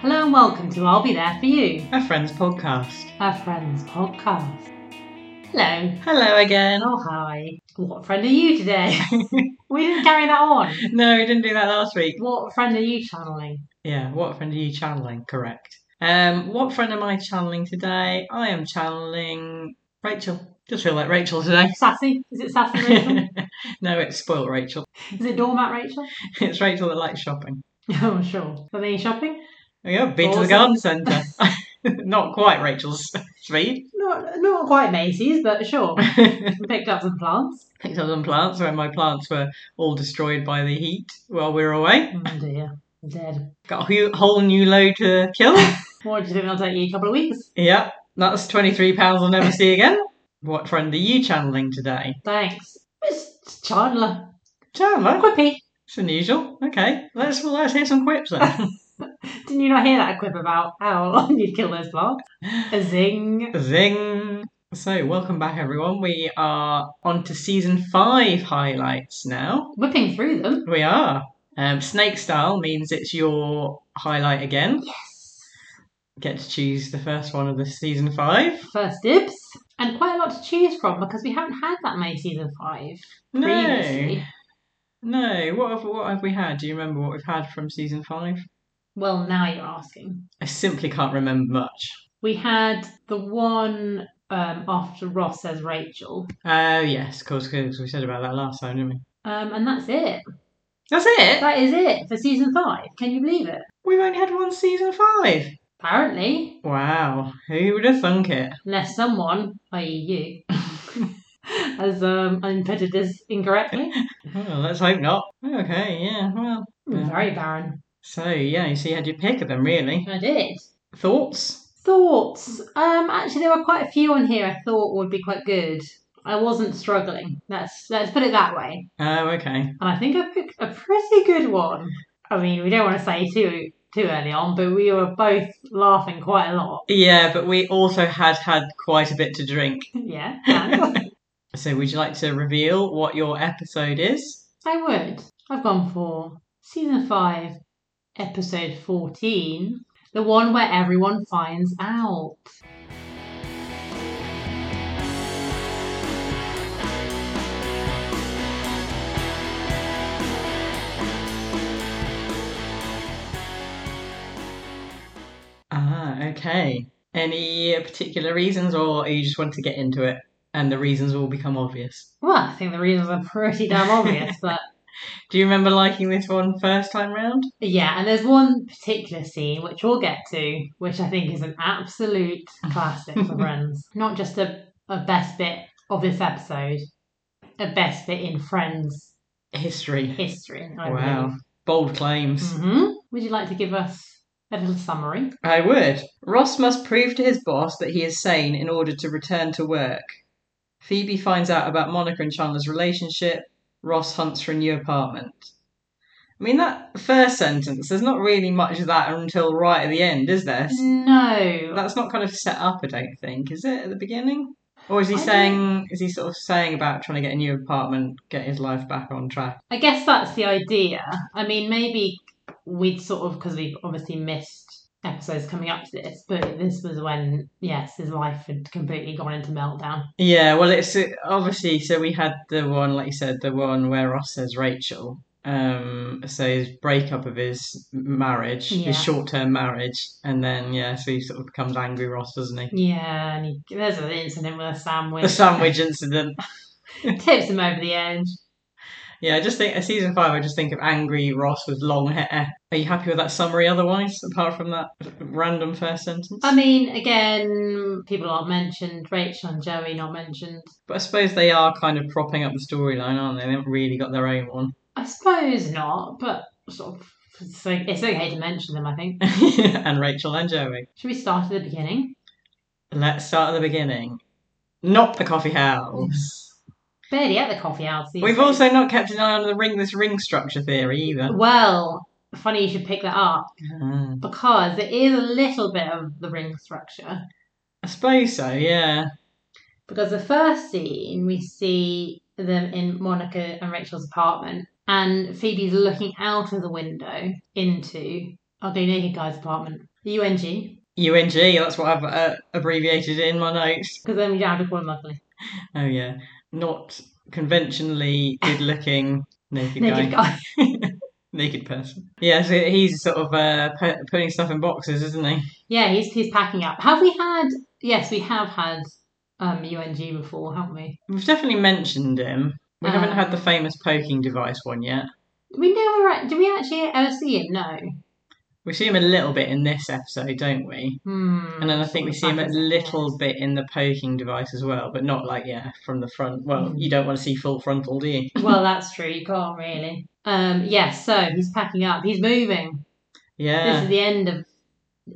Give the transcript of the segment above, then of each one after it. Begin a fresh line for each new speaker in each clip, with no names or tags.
Hello and welcome to I'll Be There For You,
A Friends podcast.
a friend's podcast. Hello.
Hello again.
Oh, hi. What friend are you today? we didn't carry that on.
No, we didn't do that last week.
What friend are you channeling?
Yeah, what friend are you channeling? Correct. Um, what friend am I channeling today? I am channeling Rachel. Just feel like Rachel today.
Sassy? Is it Sassy Rachel?
no, it's spoilt Rachel.
Is it Doormat Rachel?
It's Rachel that likes shopping. Oh,
Oh, sure. Are they shopping?
Yeah, been to the
Awesome.
garden centre. Not quite Rachel's speed.
Not, not quite Macy's, but sure.
Picked
Picked up some plants.
up some plants when my plants were all destroyed by the heat while we were away.
Oh dear. I'm dead.
Got a hu- whole new load to kill.
What do you think that'll take you a couple of weeks?
Yep, that's £23 I'll never see again. What friend are you channeling today?
Thanks. It's Chandler.
Chandler?
Quippy.
It's unusual. Okay, let's well, let's hear some quips then.
Didn't you not hear that quip about how long you'd kill those plants? A zing.
Zing! So, welcome back everyone. We are on to season five highlights now.
Whipping through them.
We are. Um, snake style means it's your highlight again.
Yes.
Get to choose the first one of the season five.
First dibs. And quite a lot to choose from because we haven't had that many season five previously.
No. What have, what have we had? Do you remember what we've had from season five?
Well, now you're asking.
I simply can't remember much.
We had the one um, after Ross says Rachel.
Oh, yes, of course, 'cause we said about that last time, didn't we?
Um, and that's it.
That's it!
That is it for season five. Can you believe it?
We've only had one season five!
Apparently,
Wow, who would have thunk it?
unless someone, i.e. you, has um, inputted this incorrectly.
Well, let's hope not. Okay, yeah, well. uh,
I'm Very barren.
So, yeah, so you had your pick of them, really.
I did.
Thoughts?
Thoughts? Um, actually, there were quite a few on here I thought would be quite good. I wasn't struggling. Let's let's put it that way.
Oh, okay.
And I think I picked a pretty good one. I mean, we don't want to say too too early on, but we were both laughing quite a lot.
Yeah, but we also had had quite a bit to drink.
yeah, and
So, would you like to reveal what your episode is?
I would. I've gone for season five, episode fourteen, the one where everyone finds out.
Ah, okay. Any particular reasons, or you just want to get into it and the reasons will become obvious?
Well, I think the reasons are pretty damn obvious, but
Do you remember liking this one first time round?
Yeah, and there's one particular scene which we'll get to, which I think is an absolute classic for Friends. Not just a, a best bit of this episode, a best bit in Friends
History.
history. I
Wow. Bold claims.
hmm Would you like to give us a little summary?
I would. Ross must prove to his boss that he is sane in order to return to work. Phoebe finds out about Monica and Chandler's relationship. Ross hunts for a new apartment. I mean, that first sentence, there's not really much of that until right at the end, is there?
Hmm. No.
That's not kind of set up, I don't think, is it, at the beginning? Or is he
I don't-
saying, is he sort of saying about trying to get a new apartment, get his life back on track?
I guess that's the idea. I mean, maybe we'd sort of, because we've obviously missed episodes coming up to this, but this was when, yes, his life had completely gone into meltdown.
Yeah, well, it's uh, obviously so we had the one, like you said, the one where Ross says Rachel. Um, so his breakup of his marriage,
Yeah.
his short-term marriage, and then yeah, so he sort of becomes angry Ross, doesn't he?
Yeah, and he, there's an incident with a sandwich.
The sandwich incident.
Tips him over the edge.
Yeah, I just think uh, season five. I just think of angry Ross with long hair. Are you happy with that summary? Otherwise, apart from that random first sentence,
I mean, again, people aren't mentioned. Rachel and Joey not mentioned.
but I suppose they are kind of propping up the storyline, aren't they? They haven't really got their own one.
I suppose not, but sort of. It's, like, it's okay to mention them, I think.
and Rachel and Joey.
Should we start at the beginning?
Let's start at the beginning. Not the coffee house.
Barely at the coffee house. these
We've
days.
also not kept an eye on the ring this ring structure theory either.
Well, funny you should pick that up
Ah,
because there is a little bit of the ring structure.
I suppose so, yeah.
Because the first scene we see them in Monica and Rachel's apartment, and Phoebe's looking out of the window into oh, of the naked guy's apartment. UNG,
UNG, that's what I've uh, abbreviated it in my notes.
because then we don't have to call him ugly.
Oh, yeah. Not conventionally good looking naked,
Naked
guy.
guy.
Naked person. Yeah, so he's sort of uh, pu- putting stuff in boxes, isn't he?
Yeah, he's he's packing up. Have we had? Yes, we have had um UNG before, haven't we?
We've definitely mentioned him. We haven't
Um,
had the famous poking device one yet.
We never. act- Do we actually ever see him? No.
We see him a little bit in this episode, don't we?
Hmm.
And then I think we see him a
Backwards,
little bit in the poking device as well, but not like, yeah, from the front. Well,
Mm.
you don't want to see full frontal, do you?
yes. Well, that's true. You can't really. Um. Yes. so he's packing up. He's moving. This is
Yeah,
the end of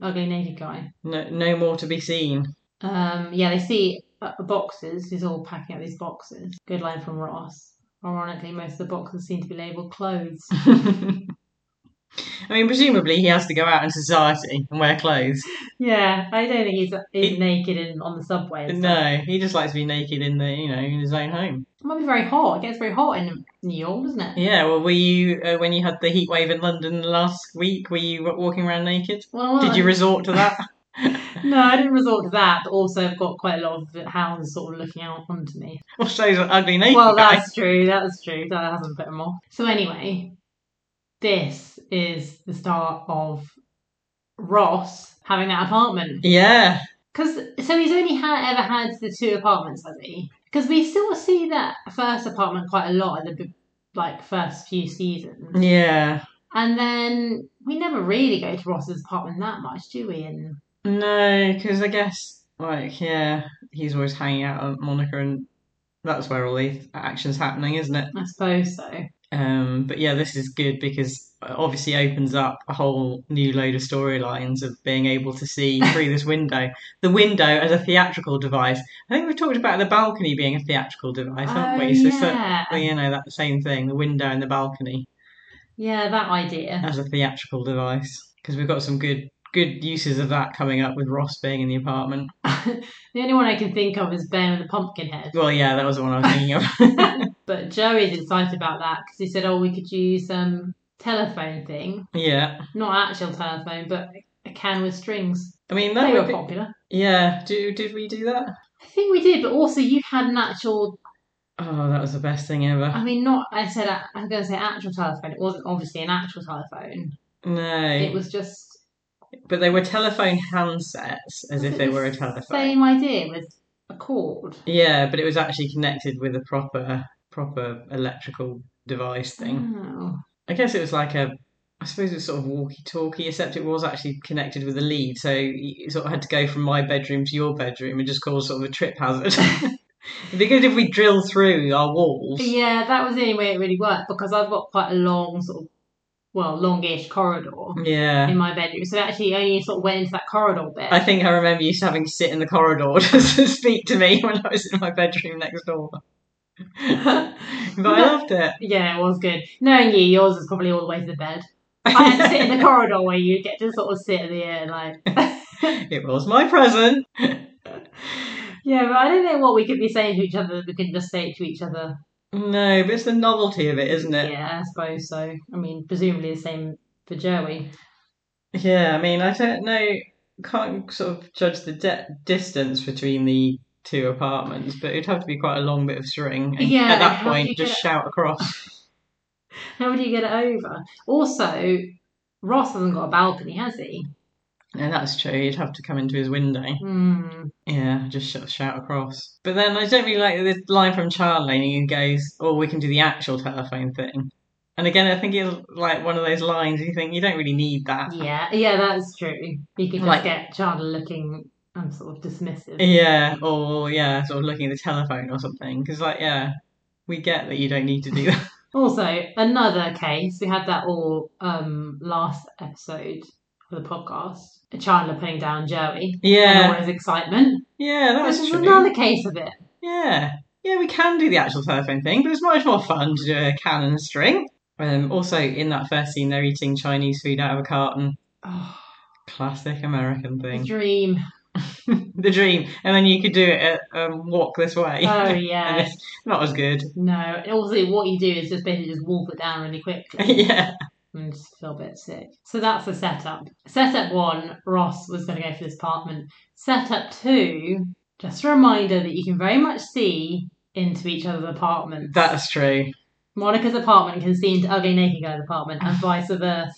oh, Ugly Naked Guy.
no, no more to be seen.
Um, yeah, they see uh, boxes. He's all packing up these boxes. Good line from Ross. Ironically, most of the boxes seem to be labelled clothes.
I mean, presumably he has to go out in society and wear clothes.
yeah, I don't think he's he's
It-
naked in, on the subway. And stuff.
No, he just likes to be naked in the, you know, in his own home.
It might be very hot. It gets very hot in New York, doesn't it?
Yeah. Well, were you uh, when you had the heat wave in London last week? Were you wa- walking around naked?
Well,
Did you resort to that?
No, I didn't resort to that. But also, I've got quite a lot of hounds sort of looking out onto me.
or shows an ugly naked
well,
guy?
that's true. That's true. That hasn't put him off. So anyway, this is the start of Ross having that apartment
Yeah.
because so he's only ha ever had the two apartments, has he? Because we still see that first apartment quite a lot in the b- like first few seasons,
Yeah.
and then we never really go to Ross's apartment that much, do we? And
No, because I guess like yeah, he's always hanging out at Monica, and that's where all the action's happening, isn't it?
I suppose so.
Um, but yeah, this is good because it obviously opens up a whole new load of storylines of being able to see through this window. The window as a theatrical device. I think we've talked about the balcony being a theatrical device, haven't
Oh,
we? So, so
yeah,
well, you know, that same thing, the window and the balcony
yeah, that idea.
as a theatrical device. Because we've got some good good uses of that coming up with Ross being in the apartment.
the only one I can think of is Ben with the pumpkin head.
Well, yeah, that was the one I was thinking of.
But Joey's excited about that because he said, "Oh, we could use um telephone thing,
yeah.
not actual telephone, but a can with strings.
I mean, that
They
would
were
be...
popular.
Yeah, do, did we do that?
I think we did, but also you had an actual.
Oh, that was the best thing ever.
I mean, not. I said I am going to say actual telephone. It wasn't obviously an actual telephone.
no.
It was just
But they were telephone handsets as if
it
they
the
were a telephone.
Same idea with a cord.
Yeah, but it was actually connected with a proper proper electrical device thing.
Oh.
I guess it was like a I suppose it was sort of walkie-talkie, except it was actually connected with a lead, so you sort of had to go from my bedroom to your bedroom and just cause sort of a trip hazard. It'd be good if we drill through our walls.
Yeah, that was the only way it really worked because I've got quite a long sort of, well, longish corridor
Yeah.
in my bedroom. So it actually only sort of went into that corridor bit.
I think I remember you having to sit in the corridor just to speak to me when I was in my bedroom next door. but I loved it.
Yeah, it was good. Knowing you, yours is probably all the way to the bed. I had to sit in the corridor where you get to sort of sit at the end, like.
It was my present.
yeah, but I don't know what we could be saying to each other. We can just say it to each other.
No, but it's the novelty of it, isn't it?
Yeah, I suppose so. I mean, presumably the same for Joey.
Yeah, I mean, I don't know, can't sort of judge the de- distance between the two apartments, but it'd have to be quite a long bit of string. And
Yeah,
at that
how do you
point, just
get-
shout across.
How do you get it over? Also, Ross hasn't got a balcony, has he?
Yeah, that's true. You'd have to come into his window.
Hmm.
Yeah, just sort of shout across. But then I don't really like this line from Charlie who goes, "Oh, we can do the actual telephone thing." And again, I think it's like one of those lines you think you don't really need that.
Yeah, yeah, that's true. You could just
Like-
get Chandler looking um, sort of dismissive.
Yeah, or yeah, sort of looking at the telephone or something. Because like, yeah, we get that you don't need to do that.
Also, another case, we had that all um, last episode of the podcast. Chandler putting down Joey and all
yeah,
his excitement.
yeah, that
This
was
is
true.
another case of it.
Yeah, yeah, we can do the actual telephone thing, but it's much more fun to do a can and a string. Um, also, in that first scene, they're eating Chinese food out of a carton.
Oh,
Classic American
the
thing.
dream.
the dream, and then you could do it at um, walk this way.
Oh,
And
yeah.
it's not as good.
No. And Also, what you do is just basically just wolf it down really quickly.
yeah,
and just feel a bit sick. So that's the setup. Setup one, Ross was going to go for this apartment. Setup two, just a reminder that you can very much see into each other's apartments.
That's true.
Monica's apartment can see into Ugly Naked Guy's apartment and vice versa.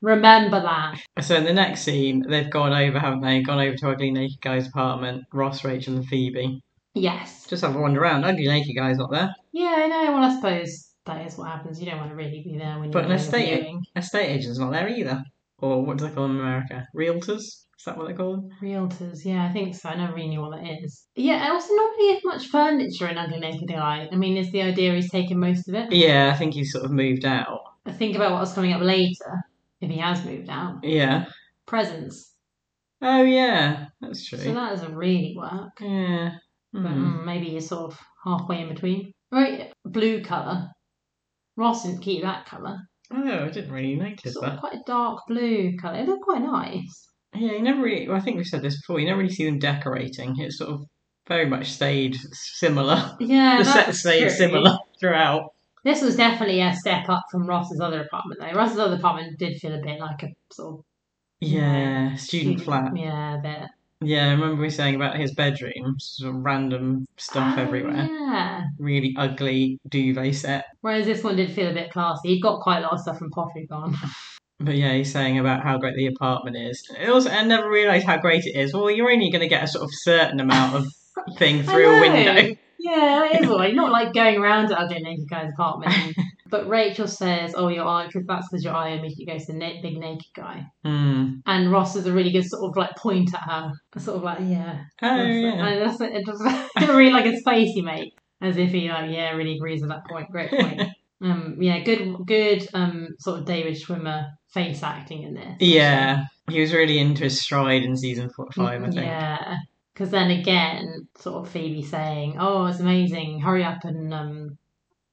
Remember that.
So in the next scene, they've gone over, haven't they? Gone over to Ugly Naked Guy's apartment, Ross, Rachel, and Phoebe.
Yes.
Just have a wander around. Ugly Naked Guy's not there.
Yeah, I know. Well, I suppose that is what happens. You don't want to really be there when you're
But an
doing a
estate-
viewing.
Estate agent's not there either. Or what do they call them in America? Realtors? Is that what they call them?
Realtors, yeah, I think so. I never really knew what that is. Yeah, I also normally have much furniture in Ugly Naked Guy. I mean, is the idea he's taken most of it?
Yeah, I think he's sort of moved out.
I think about what's coming up later, if he has moved out.
Yeah.
Presents.
Oh, yeah. That's true.
So that doesn't really work.
yeah.
But
Hmm.
mm, maybe you're sort of halfway in between. Right, blue colour. Ross didn't keep that colour.
Oh, I didn't really notice
Sort of
that.
quite a dark blue colour. It looked quite nice.
Yeah, you never really. Well, I think we've said this before. You never really see them decorating. It's sort of very much stayed similar.
Yeah,
the set
that's
stayed
true.
similar throughout.
This was definitely a step up from Ross's other apartment, though. Ross's other apartment did feel a bit like a sort of
Yeah, student
Mm-hmm.
flat.
Yeah, a bit
Yeah, I remember we saying about his bedroom, sort of random stuff
Oh,
everywhere.
Yeah.
Really ugly duvet set.
Whereas this one did feel a bit classy. He'd got quite a lot of stuff from Pottery Barn.
But yeah, he's saying about how great the apartment is. It also, I never realised how great it is. Well, you're only going to get a sort of certain amount of thing
I
through
know.
a window.
Yeah, it is all right. Not like going around to other naked guy's apartment. but Rachel says, "Oh, your eye, because that's because your eye immediately goes to the na- big naked guy."
Hmm.
And Ross is a really good sort of like point at her, sort of like yeah.
Oh,
That's it.
yeah.
And that's it. It just I really like his face he makes, as if he like yeah really agrees with that point. Great point. um, yeah, good, good. Um, sort of David Schwimmer face acting in this.
Yeah, he was really into his stride in season four, five, I think.
Mm-hmm. Yeah. Because then again, sort of Phoebe saying, "Oh, it's amazing! Hurry up and um,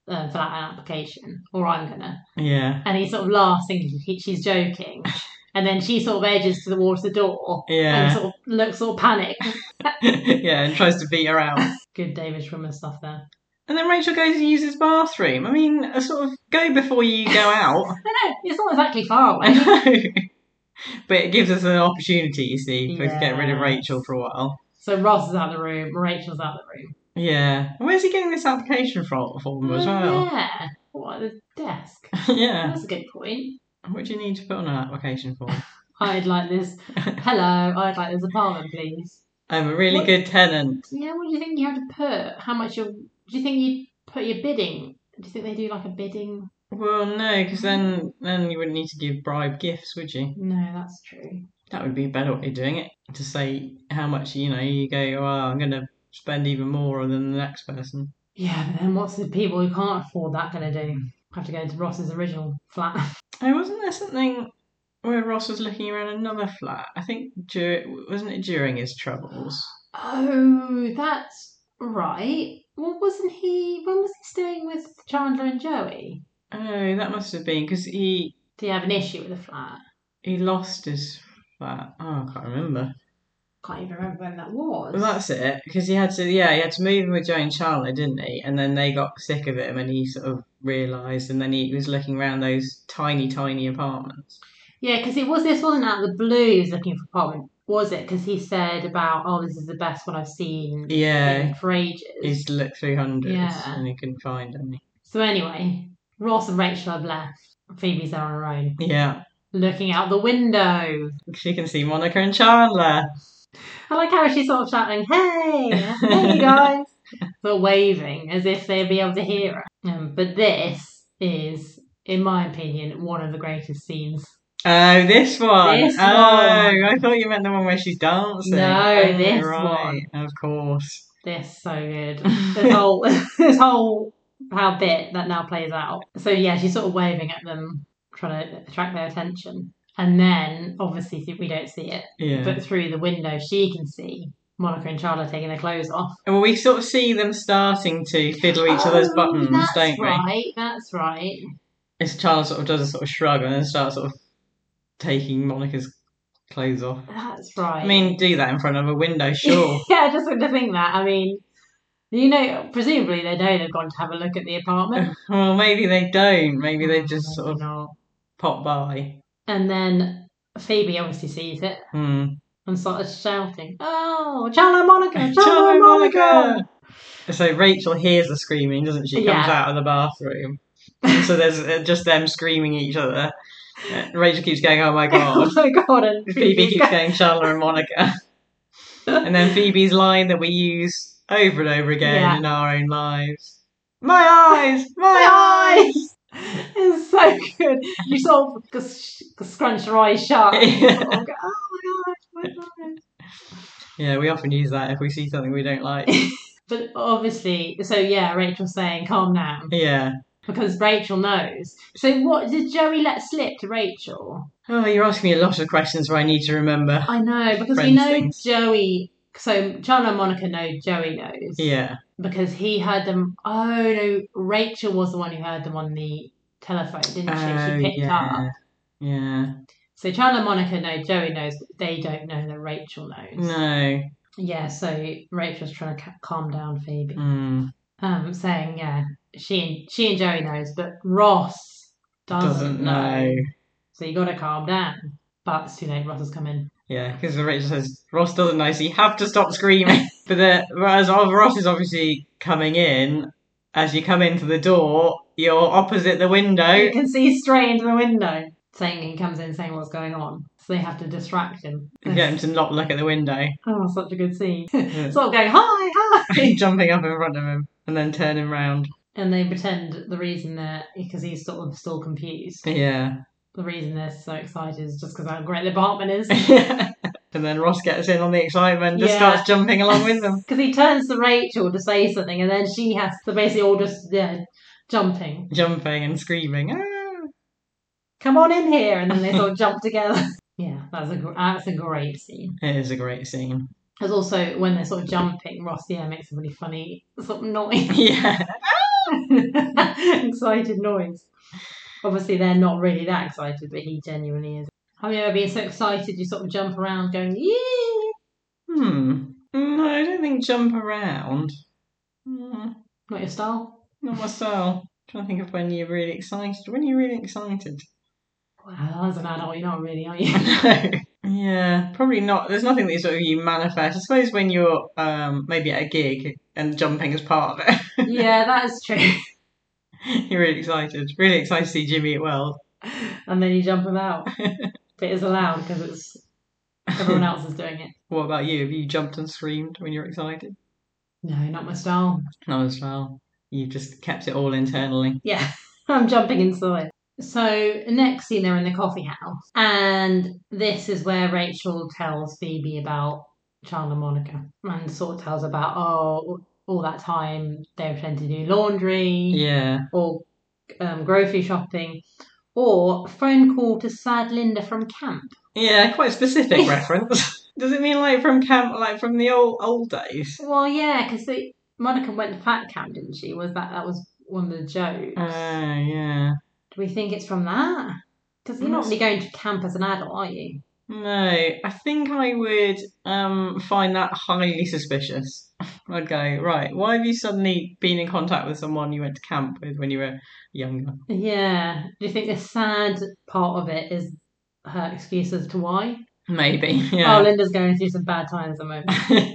uh, fill out an application, or I'm gonna."
Yeah,
And he sort of laughs, thinking he- she's joking, and then she sort of edges towards the door and
yeah,
sort of looks all panicked.
yeah, and tries to beat her out.
Good David Schwimmer stuff there.
And then Rachel goes and uses bathroom. I mean, a sort of go before you go out.
I know it's not exactly far
I
away.
know. But it gives us an opportunity, you see, for to get rid of
Yes.
Rachel for a while.
so Ross is out of the room, Rachel's out of the room.
Yeah. And where's he getting this application from, from as
Oh,
well?
Yeah, what at the desk?
yeah.
That's a good point.
What do you need to put on an application form?
I'd like this. Hello, I'd like this apartment, please.
I'm a really
What-
good tenant.
Yeah, what do you think you have to put? How much you do you think you put your bidding? Do you think they do like a bidding?
Well, no, because then then you wouldn't need to give bribe gifts, would you?
No, that's true.
That would be a better way of doing it. To say how much, you know, you go, oh, I'm going to spend even more than the next person.
Yeah, but then what's the people who can't afford that going to do? Have to go into Ross's original flat.
Oh, wasn't there something where Ross was looking around another flat? I think, dur- wasn't it during his troubles?
oh, that's right. Well, wasn't he? When was he staying with Chandler and Joey?
Oh, that must have been because he,
Do you have an issue with the flat?
he lost his flat. Oh, I can't remember.
Can't even remember when that was.
Well, that's it. Because he had to, yeah, he had to move in with Joan Charlotte, didn't he? And then they got sick of him and he sort of realised. And then he was looking around those tiny, tiny apartments.
Yeah, because it was this wasn't out of the blue. He was looking for apartment, was it? Because he said about, oh, this is the best one I've seen
Yeah.
in for ages.
He's looked through hundreds
Yeah.
and he couldn't find any.
So anyway, Ross and Rachel have left. Phoebe's there on her own,
Yeah,
looking out the window.
she can see Monica and Chandler.
I like how she's sort of shouting, "Hey, hey, you guys!" but waving as if they'd be able to hear her. Um, but this is, in my opinion, one of the greatest scenes.
Oh, this one.
This
oh, I thought you meant the one where she's dancing.
No,
Oh,
this
right. one. Of course.
This so good. This whole this whole how bit that now plays out. So yeah, she's sort of waving at them, trying to attract their attention. And then obviously we don't see it.
Yeah.
but through the window she can see Monica and Charlotte taking their clothes off.
well, we sort of see them starting to fiddle each other's
Oh,
buttons,
that's
don't we?
Right, that's right.
It's Charles sort of does a sort of shrug and then starts sort of taking Monica's clothes off.
That's right.
I mean, do that in front of a window, sure.
yeah, I just want to think that. I mean, you know, presumably they know they've gone to have a look at the apartment.
well, maybe they don't. Maybe they just sort of
Maybe not.
pop by.
And then Phoebe obviously sees it
Hmm.
and starts shouting, "Oh, Chandler Monica, Chandler,
Ciao,
Oh, Monica!"
Monica! So Rachel hears the screaming, doesn't she? Comes
Yeah.
out of the bathroom. so there's uh, just them screaming at each other. Uh, Rachel keeps going, "Oh my god!"
Oh my god! And
Phoebe
Phoebe's
keeps going, "Charla and Monica," and then Phoebe's line that we use over and over again
Yeah.
in our own lives. My eyes, my
eyes. It's so good. You sort of just sh- scrunch your eyes shut. and
Yeah.
sort of go, oh my god, my god.
eyes. Yeah, we often use that if we see something we don't like.
But obviously, so yeah, Rachel's saying, calm down.
yeah.
Because Rachel knows. So what did Joey let slip to Rachel?
Oh, you're asking me a lot of questions where I need to remember.
I know, because we
Friends
know
things.
Joey. So Charlie and Monica know Joey knows.
Yeah.
Because he heard them. Oh, no, Rachel was the one who heard them on the telephone, didn't she?
Oh,
she picked up.
yeah. Yeah.
So Chandler and Monica know Joey knows, but they don't know that Rachel knows.
No.
Yeah, so Rachel's trying to ca- calm down Phoebe,
Mm.
um, saying yeah, she and she and Joey knows, but Ross doesn't,
Doesn't
know.
know.
So you got to calm down. But it's too late. Ross has come in.
Yeah, because Rachel says Ross doesn't know, so you have to stop screaming. but the, whereas of- Ross is obviously coming in, as you come into the door, you're opposite the
You
window.
can see straight into the window. Saying he comes in, saying what's going on. So they have to distract him.
You get him to not look at the window,
Oh, such a good scene. sort of going hi, hi,
jumping up in front of him, and then turn him round.
and they pretend the reason that because he's sort of still confused.
Yeah.
The reason they're so excited is just because how great the apartment is.
and then Ross gets in on the excitement and just
Yeah.
starts jumping along with them.
Because he turns to Rachel to say something, and then she has to basically all just yeah, jumping.
jumping and screaming. "Ah."
Come on in here, and then they sort of jump together. Yeah, that's a gr- that's a great scene.
It is a great scene.
There's also when they're sort of jumping, Ross yeah makes a really funny sort of noise,
Yeah.
excited noise. Obviously, they're not really that excited, but he genuinely is. Have you ever been so excited you sort of jump around going yeah?
Hmm. No, I don't think jump around. Hmm.
Not your style.
Not myself. Trying to think of when you're really excited. When you're really excited.
Well, as an adult, you're not really, are you?
yeah, probably not. There's nothing that sort of you manifest. I suppose when you're um, maybe at a gig and jumping is part of
yeah, that is true.
it. you're really excited. Really excited to see Jimmy at World.
and then you jump them out. but it's allowed because it's everyone else is doing it.
What about you? Have you jumped and screamed when you're excited?
No, not my style.
No, as well. You've just kept it all internally.
Yeah, I'm jumping inside. So next scene, they're in the coffee house, and this is where Rachel tells Phoebe about Chandler and Monica, and sort of tells about oh, all that time they were trying to do laundry
Yeah.
or um, grocery shopping, or phone call to sad Linda from camp.
Yeah, quite specific reference. Does it mean like from camp, like from the old old days?
Well, yeah, because Monica went to fat camp, didn't she? Was that that was one of the jokes?
Oh, yeah.
Do we think it's from that? Because you're not really going to camp as an adult, are you?
No, I think I would um, find that highly suspicious. I'd go, right, why have you suddenly been in contact with someone you went to camp with when you were younger?
Yeah. Do you think the sad part of it is her excuse as to why?
Maybe,
Oh,
yeah.
Linda's going through some bad times at the moment.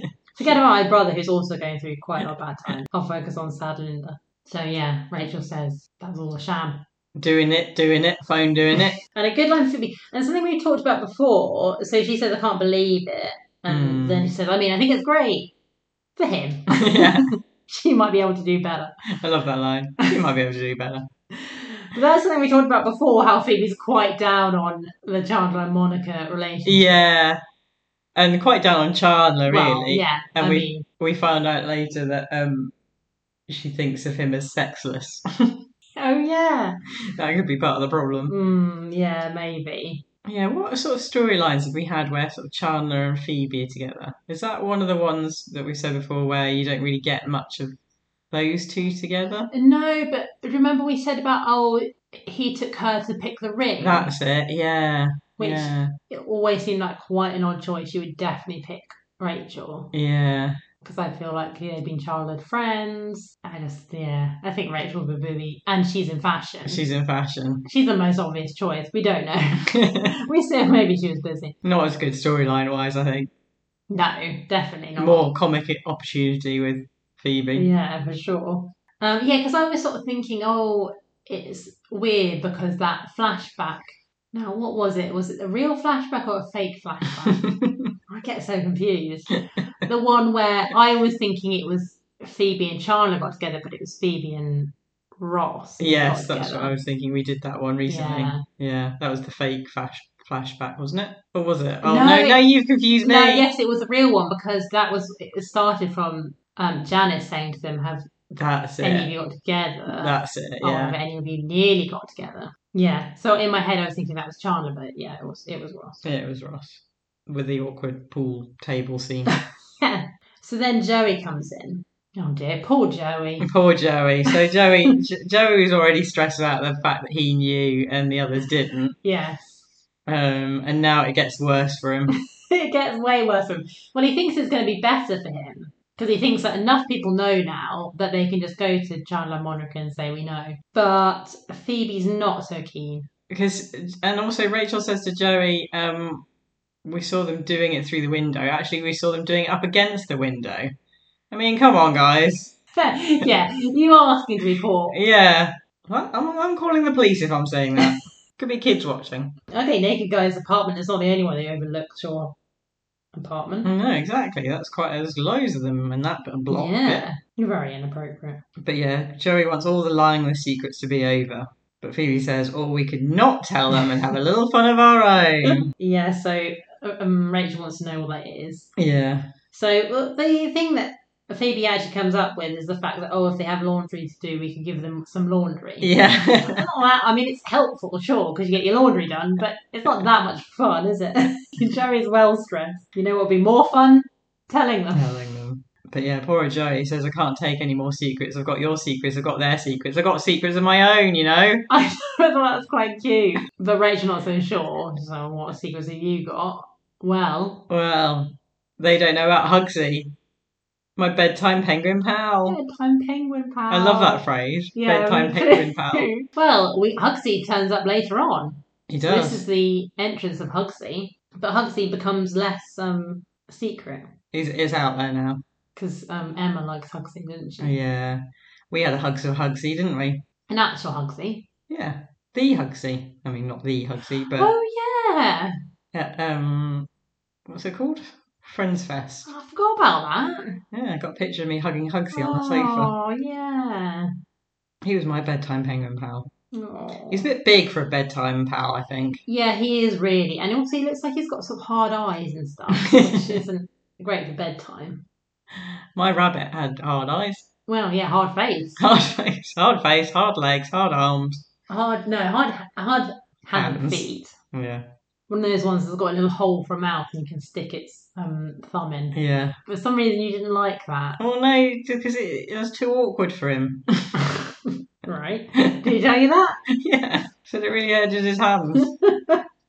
Oh,
Forget about my brother, who's also going through quite a lot of bad times. I'll focus on sad Linda. So yeah, Rachel says that's all a sham.
doing it, doing it, phone doing it.
And a good line for me, and something we talked about before. So she says, "I can't believe it," and
Hmm.
then she says, "I mean, I think it's great for him.
yeah,
she might be able to do better."
I love that line. You might be able to do better.
But that's something we talked about before. How Phoebe's quite down on the Chandler and Monica relationship.
Yeah, and quite down on Chandler, really.
Well, yeah.
And
I
we-
mean,
We found out later that um, she thinks of him as sexless.
oh yeah,
that could be part of the problem.
mm, yeah, maybe.
Yeah, what sort of storylines have we had where sort of Chandler and Phoebe are together? Is that one of the ones that we said before where you don't really get much of those two together?
No, but remember we said about oh, he took her to pick the ring,
That's it, yeah.
which
Yeah.
it always seemed like quite an odd choice. You would definitely pick Rachel.
Yeah.
because I feel like they've been childhood friends. I just, yeah, I think Rachel would be, the- and she's in fashion.
She's in fashion.
She's the most obvious choice. We don't know. we say maybe she was busy.
Not as good storyline wise, I think.
No, definitely not.
More comic opportunity with Phoebe.
Yeah, for sure. Um, yeah, because I was sort of thinking, oh, it's weird because that flashback. Now, what was it? Was it a real flashback or a fake flashback? I get so confused. the one where I was thinking it was Phoebe and Chandler got together, but it was Phoebe and Ross. that got
yes, that's what
together.
I was thinking. We did that one recently.
Yeah.
Yeah, that was the fake flash flashback, wasn't it? Or was it? Oh
No,
no,
it-
no, you've confused me.
No, yes, it was a real one because that was it started from um, Janice saying to them, "Have
That's
any of
it.
you got together?"
That's it.
Oh,
Yeah.
have any of you nearly got together? Yeah. So in my head, I was thinking that was Chandler, but yeah, it was it was Ross.
Yeah, it was Ross with the awkward pool table scene.
So then Joey comes in. Oh dear, poor Joey.
Poor Joey. So Joey, J- Joey was already stressed about the fact that he knew and the others didn't,
Yes,
um, and now it gets worse for him.
it gets way worse. For him. Well, he thinks it's going to be better for him because he thinks that enough people know now that they can just go to Chandler and Monica and say we know. But Phoebe's not so keen.
because and also Rachel says to Joey, um, "We saw them doing it through the window. Actually, we saw them doing it up against the window. I mean, come on, guys.
yeah, you are asking to be poor.
Yeah, What? I'm, I'm calling the police if I'm saying that. Could be kids watching.
I think Naked Guy's apartment is not the only one they overlooked your apartment.
No, exactly. That's quite there's loads of them in that bit- block
Yeah, you're very inappropriate.
bit. But yeah, Joey wants all the lineless secrets to be over. But Phoebe says, "Or we could not tell them and have a little fun of our own."
Yeah, so um, Rachel wants to know what that is.
yeah.
So well, the thing that Phoebe actually comes up with is the fact that oh, if they have laundry to do, we can give them some laundry.
Yeah.
It's not that- I mean, it's helpful, sure, because you get your laundry done, but it's not that much fun, is it? Joey's well stressed. You know what would be more fun? Telling them.
telling them. But yeah, poor old Joey says, I can't take any more secrets. I've got your secrets, I've got their secrets, I've got secrets of my own, you know?
I thought that was quite cute. But Rachel not so sure. So what secrets have you got? Well,
Well, they don't know about Hugsy, my bedtime penguin pal.
bedtime penguin pal.
I love that phrase,
Oh. Yeah,
bedtime
me
penguin pal.
too. Well, we Hugsy turns up later on.
He
So this
does.
is the entrance of Hugsy, but Hugsy becomes less um secret
He's, he's out there now.
because um, Emma likes Hugsy, didn't she?
Yeah. We had a Hugs of Hugsy, didn't we?
An actual Hugsy.
Yeah. The Hugsy. I mean, not the Hugsy, but
Oh yeah,
uh, um, what's it called? Friends Fest.
Oh, I forgot about that.
Yeah, I got a picture of me hugging Hugsy on the sofa.
Oh yeah.
He was my bedtime penguin pal.
Aw.
He's a bit big for a bedtime pal, I think.
Yeah, he is really, and also he looks like he's got sort of hard eyes and stuff, which isn't great for bedtime.
My rabbit had hard eyes,
Well, yeah, hard face,
hard face, hard face, hard legs, hard arms.
hard no, hard hard hand and
Hands.
feet.
Yeah,
one of those ones that's got a little hole for a mouth and you can stick its um, thumb in.
yeah.
For some reason, you didn't like that,
Well, no, because it, it was too awkward for him.
right? Did he tell you that?
yeah, so it really urges his hands,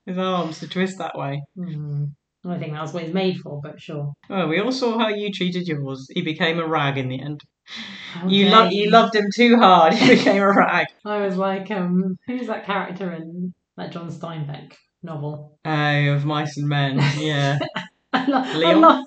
his arms to twist that way.
Hmm. I think that was what it's made for, but sure.
Well, we all saw how you treated yours. He became a rag in the end.
How
You
dare
lo- you loved him too hard. He became a rag.
I was like, um, who's that character in that John Steinbeck novel?
Oh, of mice and men. Yeah,
I, lo- I,
Leon?
love,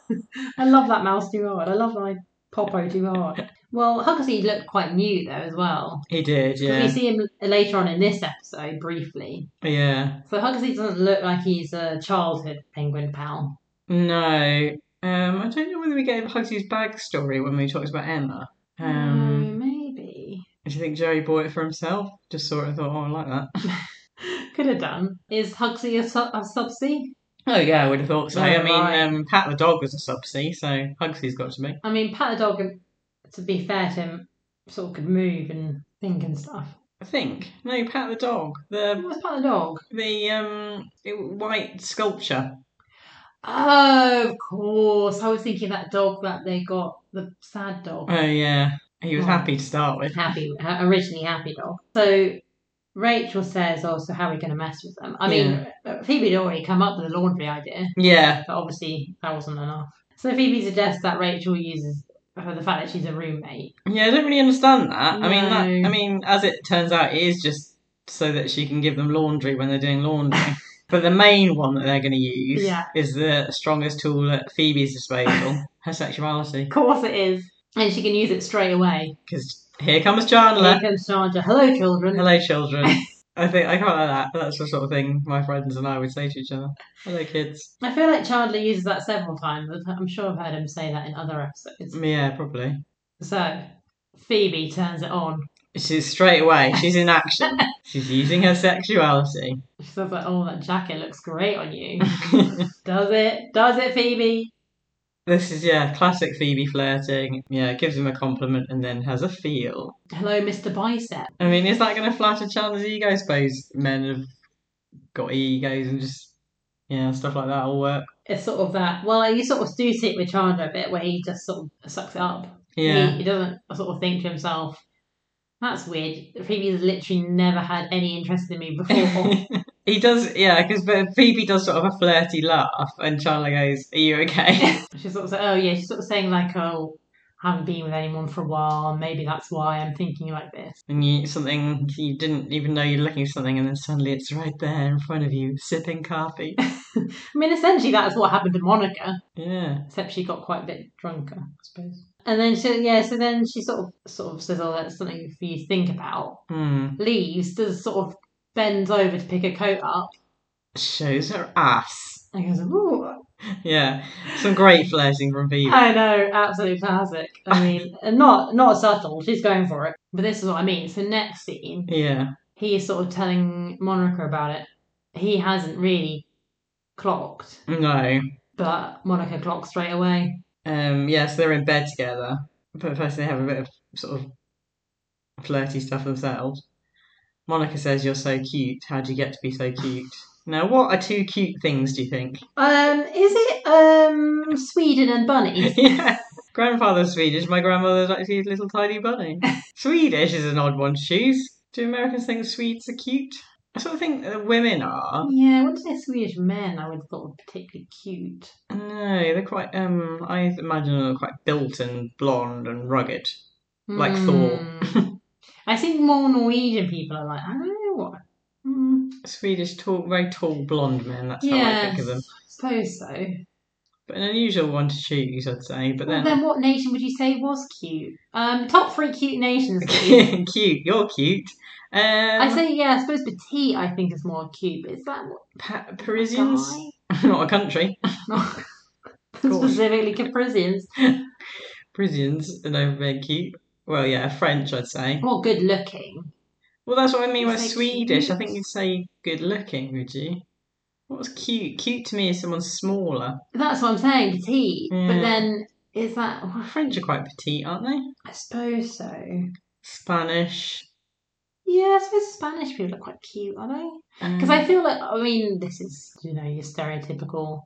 I love that mouse too hard. I love my Popo too hard. Well, Huckasy looked quite new though as well.
he did.
'Cause
Yeah,
We see him later on in this episode briefly.
yeah.
So Huxley doesn't look like he's a childhood penguin pal.
No. Um, I don't know whether we gave Hugsy's backstory when we talked about Emma. Um,
no, Hmm, maybe.
Do you think Joey bought it for himself? Just sort of thought, oh, I like that.
Could have done. Is Huxley a, sub- a subsea?
Oh, yeah, I would have thought so.
Yeah,
I mean,
right.
um, Pat the dog was a subsea, so Hugsy's got to be.
I mean, Pat the dog, to be fair to him, sort of could move and think and stuff.
I think. No, Pat the dog.
What
The
was Pat the dog?
the um it- white sculpture.
Oh, of course. I was thinking that dog that they got, the sad dog.
Oh, yeah. He was
Oh.
happy to start with.
Happy, uh, originally happy dog. So Rachel says, oh, so how are we going to mess uh, with them? I mean, Phoebe had already come up with a laundry idea,
Yeah.
but obviously that wasn't enough. So Phoebe suggests that Rachel uses uh, the fact that she's a roommate.
Yeah, I don't really understand that. I mean, that,
No.
I mean, as it turns out, it is just so that she can give them laundry when they're doing laundry. but the main one that they're going to use
Yeah.
is the strongest tool at Phoebe's disposal, her sexuality.
Of course it is. And she can use it straight away.
Because here comes
Here
Chandler.
comes Chandra. Hello, children.
Hello, children. I think I quite like that. But that's the sort of thing my friends and I would say to each other. Hello, kids.
I feel like Chandler uses that several times. I'm sure I've heard him say that in other episodes.
Yeah, probably.
So Phoebe turns it on.
She's straight away. She's in action. She's using her sexuality.
She says like, "Oh, that jacket looks great on you." Does it? Does it, Phoebe?
This is yeah, classic Phoebe flirting. Yeah, gives him a compliment and then has a feel.
Hello, Mr. Bicep.
I mean, is that going to flatter Chandler's ego? I suppose men have got egos and just yeah, stuff like that will work.
It's sort of that. Well, you sort of do see it with Chandra a bit, where he just sort of sucks it up.
Yeah,
He, he doesn't sort of think to himself, "That's weird." Phoebe's literally never had any interest in me before.
he does. Yeah, because Phoebe does sort of a flirty laugh, and Chandler goes, "Are you okay?"
she's sort of like, "Oh yeah," she's sort of saying like, "Oh." Haven't been with anyone for a while, and maybe that's why I'm thinking like this.
and you something you didn't even know you're looking for something, and then suddenly it's right there in front of you, sipping coffee.
I mean, essentially, that's what happened to Monica,
yeah,
except she got quite a bit drunker, I suppose. And then she, yeah, so then she sort of sort of says, "Oh, that's something for you to think about."
hmm.
Leaves, does sort of bends over to pick her coat up,
shows her ass.
and goes, "Ooh,
Yeah, some great flirting from Phoebe.
I know, absolute classic." I mean, and not not subtle. She's going for it, but this is what I mean. So next scene,
Yeah.
he is sort of telling Monica about it. He hasn't really clocked,
No.
but Monica clocked straight away.
Um, yeah, so they're in bed together, but first they have a bit of sort of flirty stuff themselves. Monica says, You're so cute. How'd you get to be so cute? Now, what are two cute things, do you think?
Um, is it um Sweden and bunnies?
yeah. Grandfather's Swedish, my grandmother's actually a little tiny bunny. Swedish is an odd one to choose. Do Americans think Swedes are cute? I sort of think that women are.
Yeah, what do they Swedish men I would have thought were particularly cute.
No, they're quite, um, I imagine they're quite built and blonde and rugged. Like
Thor. Hmm. I think more Norwegian people are like, I don't know what. Mm,
Swedish tall, very tall blonde men. That's how I
yeah,
think of them.
suppose so.
But an unusual one to choose, I'd say. But
Well,
then,
then what nation would you say was cute? Um, top three cute nations. please.
cute. You're cute. Um,
I say yeah. I suppose petite. I think is more cute. But is that what
pa- Parisians,
guy?
not a country.
Not-
course.
Specifically Capricians.
Parisians are no very cute. Well, yeah, French, I'd say.
More good looking.
Well, that's what I mean
You
by
say
Swedish. I
cute.
think you'd say good looking, would you? What's cute? Cute to me is someone smaller.
That's what I'm saying. Petite. But
Yeah.
then is that?
French are quite petite, aren't they?
I suppose so.
Spanish.
Yeah, I suppose Spanish people are quite cute, are they?
Mm.
Because I feel like, I mean, this is, you know, your stereotypical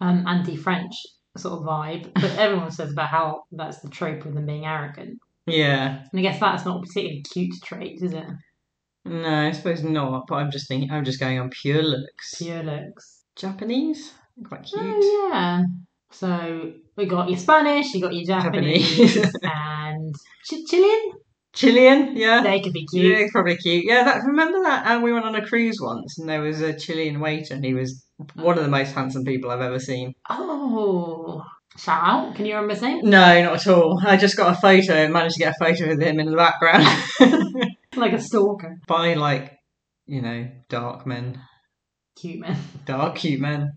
um, anti French sort of vibe, but everyone says about how that's the trope of them being arrogant.
yeah.
And I guess that's not a particularly cute trait, is it?
No, I suppose not. But I'm just thinking. I'm just going on pure looks.
Pure looks.
Japanese, quite cute.
Oh, yeah. So we got your Spanish, you got your Japanese,
Japanese,
and Ch- Chilean.
Chilean, yeah.
They could be
Yeah,
cute.
probably cute. Yeah, that remember that? And we went on a cruise once, and there was a Chilean waiter, and he was one of the most handsome people I've ever seen.
Oh, shout out. Can you remember his name?
No, not at all. I just got a photo and managed to get a photo with him in the background
Like a stalker.
by like, you know, dark men,
Cute man.
dark cute men.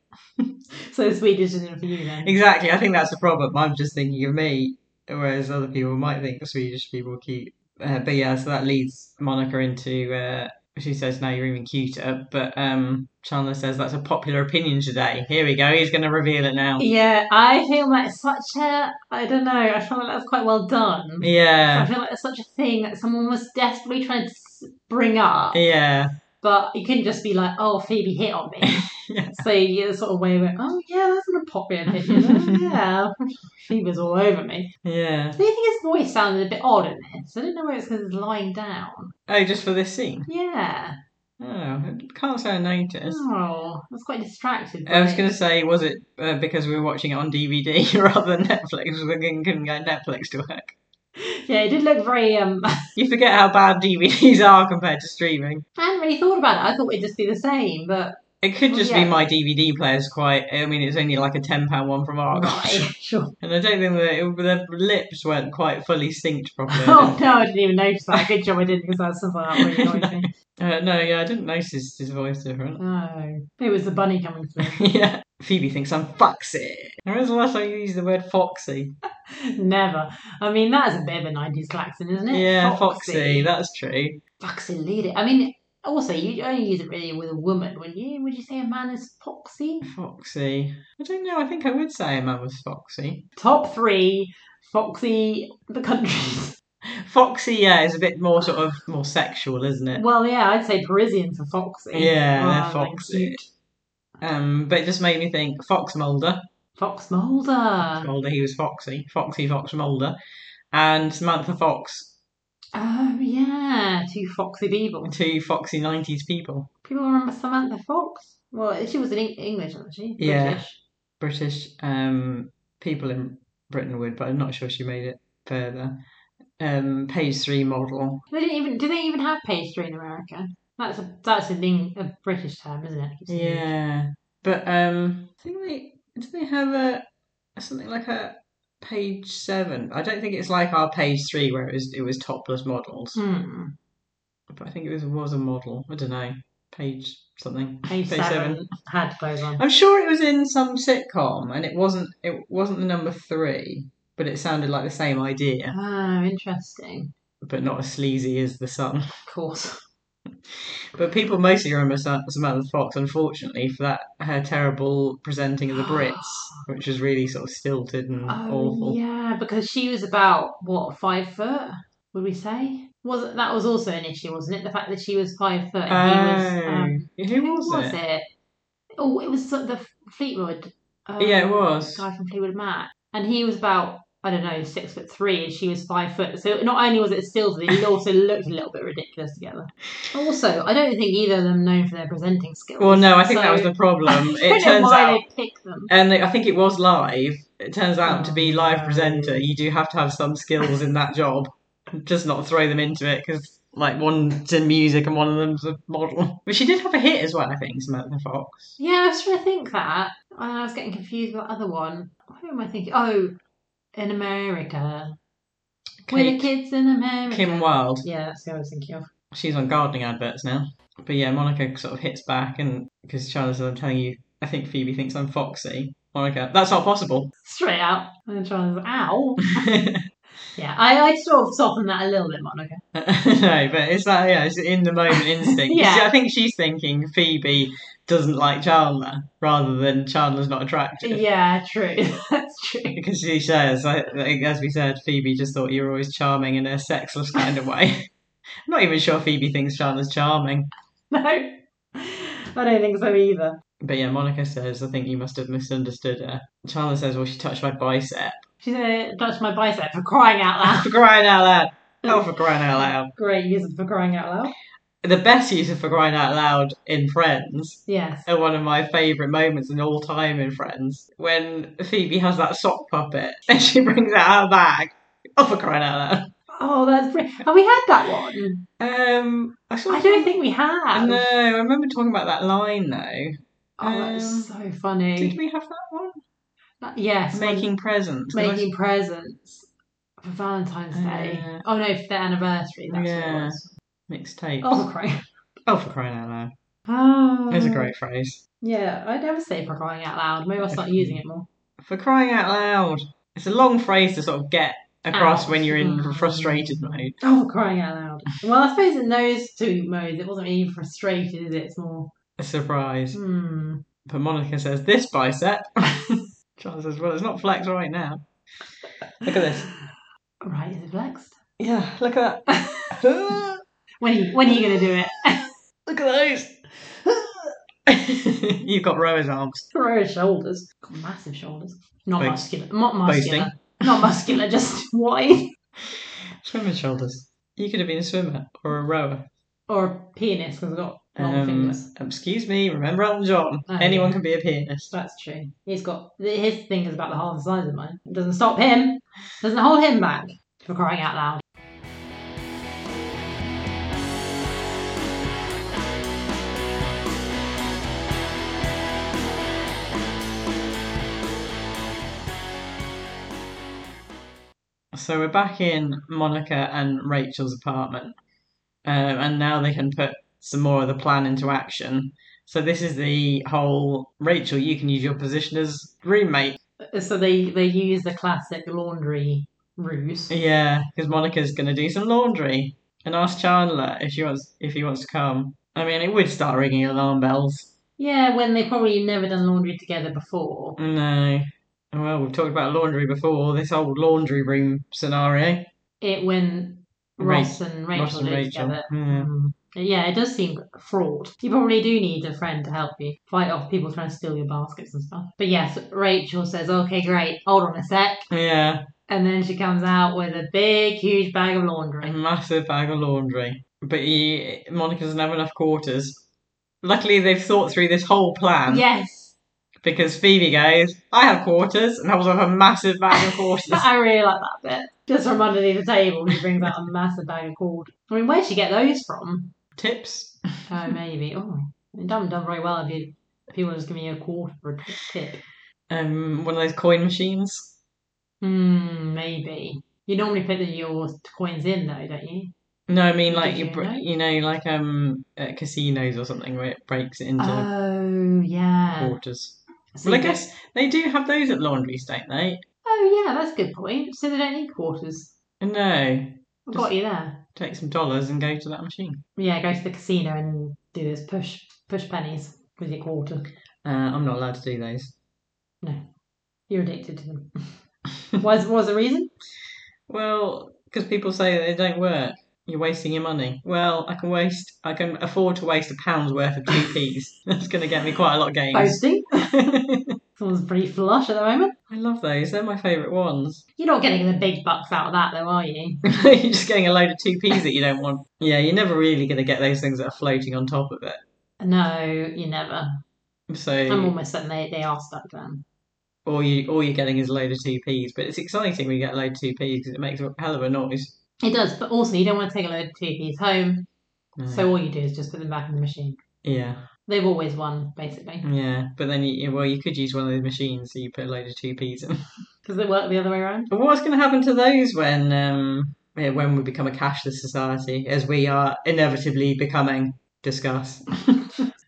So Swedish isn't for you then.
Exactly. I think that's the problem. I'm just thinking of me, whereas other people might think Swedish people are cute. Uh, but yeah, so that leads Monica into. Uh, she says, "No, you're even cuter." But um, Chandler says that's a popular opinion today. Here we go. He's going to reveal it now.
Yeah, I feel like such a I don't know, I feel like that's quite well done. I
Yeah,
feel like that's such a thing that someone was desperately trying to s- bring up,
yeah,
but you couldn't just be like, "Oh, Phoebe hit on me."
Yeah.
So you're the sort of way where, "Oh yeah, that's not a popular opinion." oh, yeah, Phoebe's all over me.
yeah.
Do you think his voice sounded a bit odd in this? I don't know whether it's because he's lying down.
Oh, just for this scene.
Yeah,
Oh, I can't say I noticed.
Oh, I was quite distracted.
I was
by
going to say, was it uh, because we were watching it on DVD rather than Netflix? We couldn't couldn't get Netflix to work.
it. Yeah, it did look very. um
You forget how bad DVDs are compared to streaming.
I hadn't really thought about it. I thought it'd just be the same, but
It could just
Yeah.
be my DVD player's quite. I mean, it's only like a ten pound one from Argos,
sure.
and I don't think that it, their lips weren't quite fully synced properly. I
Oh
didn't-
no, I didn't even notice that. Good job I didn't, because that's something that really annoyed me.
uh, no, yeah, I didn't notice his voice different.
No, it was the bunny coming through.
yeah, Phoebe thinks I'm foxy. When was the last time you used the word foxy?
Never. I mean, that is a bit of a nineties klaxon, isn't it?
Yeah, foxy. That's true.
Foxy leader. I mean, also you only use it really with a woman, wouldn't you? Would you say a man is foxy?
Foxy. I don't know. I think I would say a man was foxy.
Top three foxy the countries.
Foxy, yeah, is a bit more sort of more sexual, isn't it?
well, yeah, I'd say Parisians are foxy.
Yeah, they're
rather than
foxy.
cute.
Um, but it just made me think Fox Mulder.
Fox Mulder.
Mulder, he was foxy. Foxy Fox Mulder. And Samantha Fox,
Oh yeah, two foxy people.
two foxy 90s people.
People remember Samantha Fox. Well, she was an Eng- English, wasn't she?
Yeah.
British.
British um, people in Britain would, but I'm not sure she made it further. Um, page three model.
They didn't even. Do they even have pastry in America? That's a that's an Eng, a British term, isn't it? I keep saying.
Yeah. But um, I think they, do they have a something like a page seven? I don't think it's like our page three where it was, it was topless models.
Hmm.
But I think it was, was a model. I don't know. Page something.
Page
Page
seven,
seven.
had clothes on.
I'm sure it was in some sitcom, and it wasn't. It wasn't the number three, but it sounded like the same idea,
Oh, interesting.
but not as sleazy as the sun.
Of course.
But people mostly remember Sa- Samantha Fox, unfortunately, for that her terrible presenting of the Brits, which was really sort of stilted and
Oh,
awful.
yeah, because she was about what five foot? Would we say? Was it- that was also an issue, wasn't it? The fact that she was five foot and he was. Um,
Oh, who was, it?
Oh, it was the Fleetwood. Um,
Yeah, it was.
guy from Fleetwood Mac, and he was about I don't know six foot three, and she was five foot. So not only was it still, they also looked a little bit ridiculous together. Also, I don't think either of them known for their presenting skills.
Well, no, I think that
So-
was the problem.
I
It
don't know
turns
why
out
they pick them.
and I think it was live. It turns out to be live
Oh.
presenter, you do have to have some skills in that job. Just not throw them into it because like one's in music and one of them's a model. But she did have a hit as well, I think, Samantha Fox.
Yeah, I was trying to think that. And I was getting confused with the other one. Who am I thinking? Oh, in America. We're the
Kate
kids in America.
Kim Wilde.
Yeah, that's who I was thinking of.
She's on gardening adverts now. But yeah, Monica sort of hits back and because Charles, I'm telling you, I think Phoebe thinks I'm foxy. Monica, that's not possible.
Straight out. And then Charles, ow. Yeah, I, I sort of softened that a little bit, Monica.
no, but it's that yeah, it's in the moment instinct.
Yeah.
See, I think she's thinking Phoebe doesn't like Chandler rather than Chandler's not attractive.
Yeah, true. that's true.
Because she says, I, like, as we said, Phoebe just thought you were always charming in a sexless kind of way. I'm not even sure Phoebe thinks Chandler's charming.
No, I don't think so either.
But yeah, Monica says, I think you must have misunderstood her. Chandler says, Well, she touched my bicep.
She's gonna touch my bicep for crying out loud.
for crying out loud. Oh, for crying out loud.
Great use of for crying out loud.
The best use of for crying out loud in Friends
Yes.
and one of my favourite moments in all time in Friends when Phoebe has that sock puppet and she brings out her bag. Oh, for crying out
Oh, that's brilliant. Have we had that one?
loud. Um, I, sort
I
of-
don't think we have.
No, I remember talking about that line though.
Oh, that's so funny.
Did we have that one?
That- yes,
Making
making
presents.
making presents for Valentine's Day.
Yeah.
Oh no, for their anniversary. That's what
Yeah.
it was.
mixtape.
Oh, great.
oh, for crying out loud.
Oh,
It's a great phrase.
Yeah, I'd never say for crying out loud. Maybe I'll start
Okay.
using it more.
For crying out loud. It's a long phrase to sort of get across
Out.
when you're in
Mm.
frustrated mode.
Oh, crying out loud. Well, I suppose in those two modes, it wasn't really frustrated, is it? It's more.
A surprise.
Hmm.
But Monica says, This bicep. John says, Well, it's not flex right now. Look at this.
Right, is it flexed?
Yeah, look at that.
When are you, when are you going to do it?
look at those. You've got rower's arms.
Row of shoulders. Got massive shoulders. Not
Boast-
muscular. Not muscular.
Boasting.
Not muscular, just wide.
Swimmer's shoulders. You could have been a swimmer or a rower.
Or a penis, because I've got Long
Um,
fingers.
excuse me, remember Elton John.
Oh,
Anyone
yeah.
can be a pianist.
That's true. He's got his thing is about the half the size of mine. It doesn't stop him. Doesn't hold him back for crying out loud.
So we're back in Monica and Rachel's apartment, um, and now they can put some more of the plan into action. So this is the whole Rachel, you can use your position as roommate.
So they they use the classic laundry ruse.
Yeah, because Monica's gonna do some laundry and ask Chandler if she wants if he wants to come. I mean, it would start ringing alarm bells.
Yeah, when they probably never done laundry together before.
No. Well, we've talked about laundry before. This whole laundry room scenario.
It when
Ra-
Ross and Rachel
Ross and
do it
Rachel. Hmm.
together.
Yeah.
Mm. Yeah, it does seem fraught. You probably do need a friend to help you fight off people trying to steal your baskets and stuff. But yes, Rachel says, "Okay, great. Hold on a sec,"
Yeah,
and then she comes out with a big, huge bag of laundry.
a massive bag of laundry. But he, Monica doesn't have enough quarters. Luckily, they've thought through this whole plan.
yes,
Because Phoebe goes, I have quarters, and I also have a massive bag of quarters.
I really like that bit. Just from underneath the table, she brings out a massive bag of gold. I mean, where'd she get those from?
Tips?
Oh, maybe. Oh, it done done very well if you people just give me a quarter for a tip.
Um, one of those coin machines.
Hmm, maybe. You normally put the, your coins in though, don't you?
No, I mean like
Did
you,
you
br-
know?
you know, like um, at casinos or something where it breaks it into
Oh yeah.
quarters.
So
Well, I
they-
guess they do have those at laundries, don't they?
Oh yeah, that's a good point. So they don't need quarters.
No,
I've
Just-
got you there.
take some dollars and go to that machine.
Yeah, go to the casino and do this push push pennies with your quarter.
Uh, I'm not allowed to do those.
You're addicted to them. was was the reason?
Well, because people say that they don't work. You're wasting your money. Well, I can waste. I can afford to waste a pound's worth of GPs. That's going to get me quite a lot of games.
Boasting.
I
Someone's pretty flush at the moment.
love those. They're my favourite ones.
You're not getting the big bucks out of that, though, are you?
You're just getting a load of two Ps that you don't want. Yeah, you're never really going to get those things that are floating on top of it.
No, you never. I'm
So,
almost certain they, they are stuck down.
all you all you're getting is a load of two Ps. But it's exciting when you get a load of two Ps because it makes a hell of a noise.
It does, but also you don't want to take a load of TPs home,
No.
so all you do is just put them back in the machine.
yeah.
They've always won, basically,
Yeah, but then you, well, you could use one of those machines, so you put a load of two Ps in.
because they work the other way around.
But what's going to happen to those when um eh, when we become a cashless society, as we are inevitably becoming? Discuss.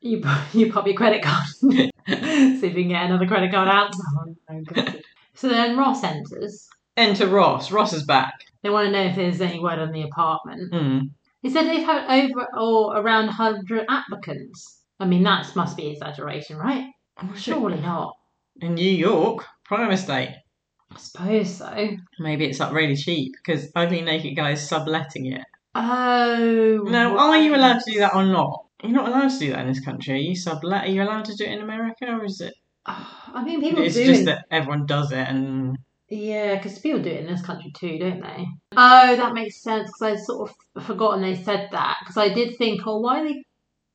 You pop- you pop your credit card, see if you can get another credit card out. Oh, no, God. so then Ross enters.
Enter Ross. Ross is back.
They want to know if there's any word on the apartment.
Hmm.
He said they've had over or around 100 applicants. I mean, that must be exaggeration, right? Surely not.
In New York, prime estate.
I suppose so.
Maybe it's up really cheap because Ugly Naked Guy is subletting it.
Oh.
Now, are you allowed to do that or not? You're not allowed to do that in this country. Are you sublet? Are you allowed to do it in America, or is it?
I mean, people
It's
do.
just
in-
that everyone does it, and
Yeah, because people do it in this country too, don't they? Oh, that makes sense because I sort of forgotten they said that because I did think, oh, why are they?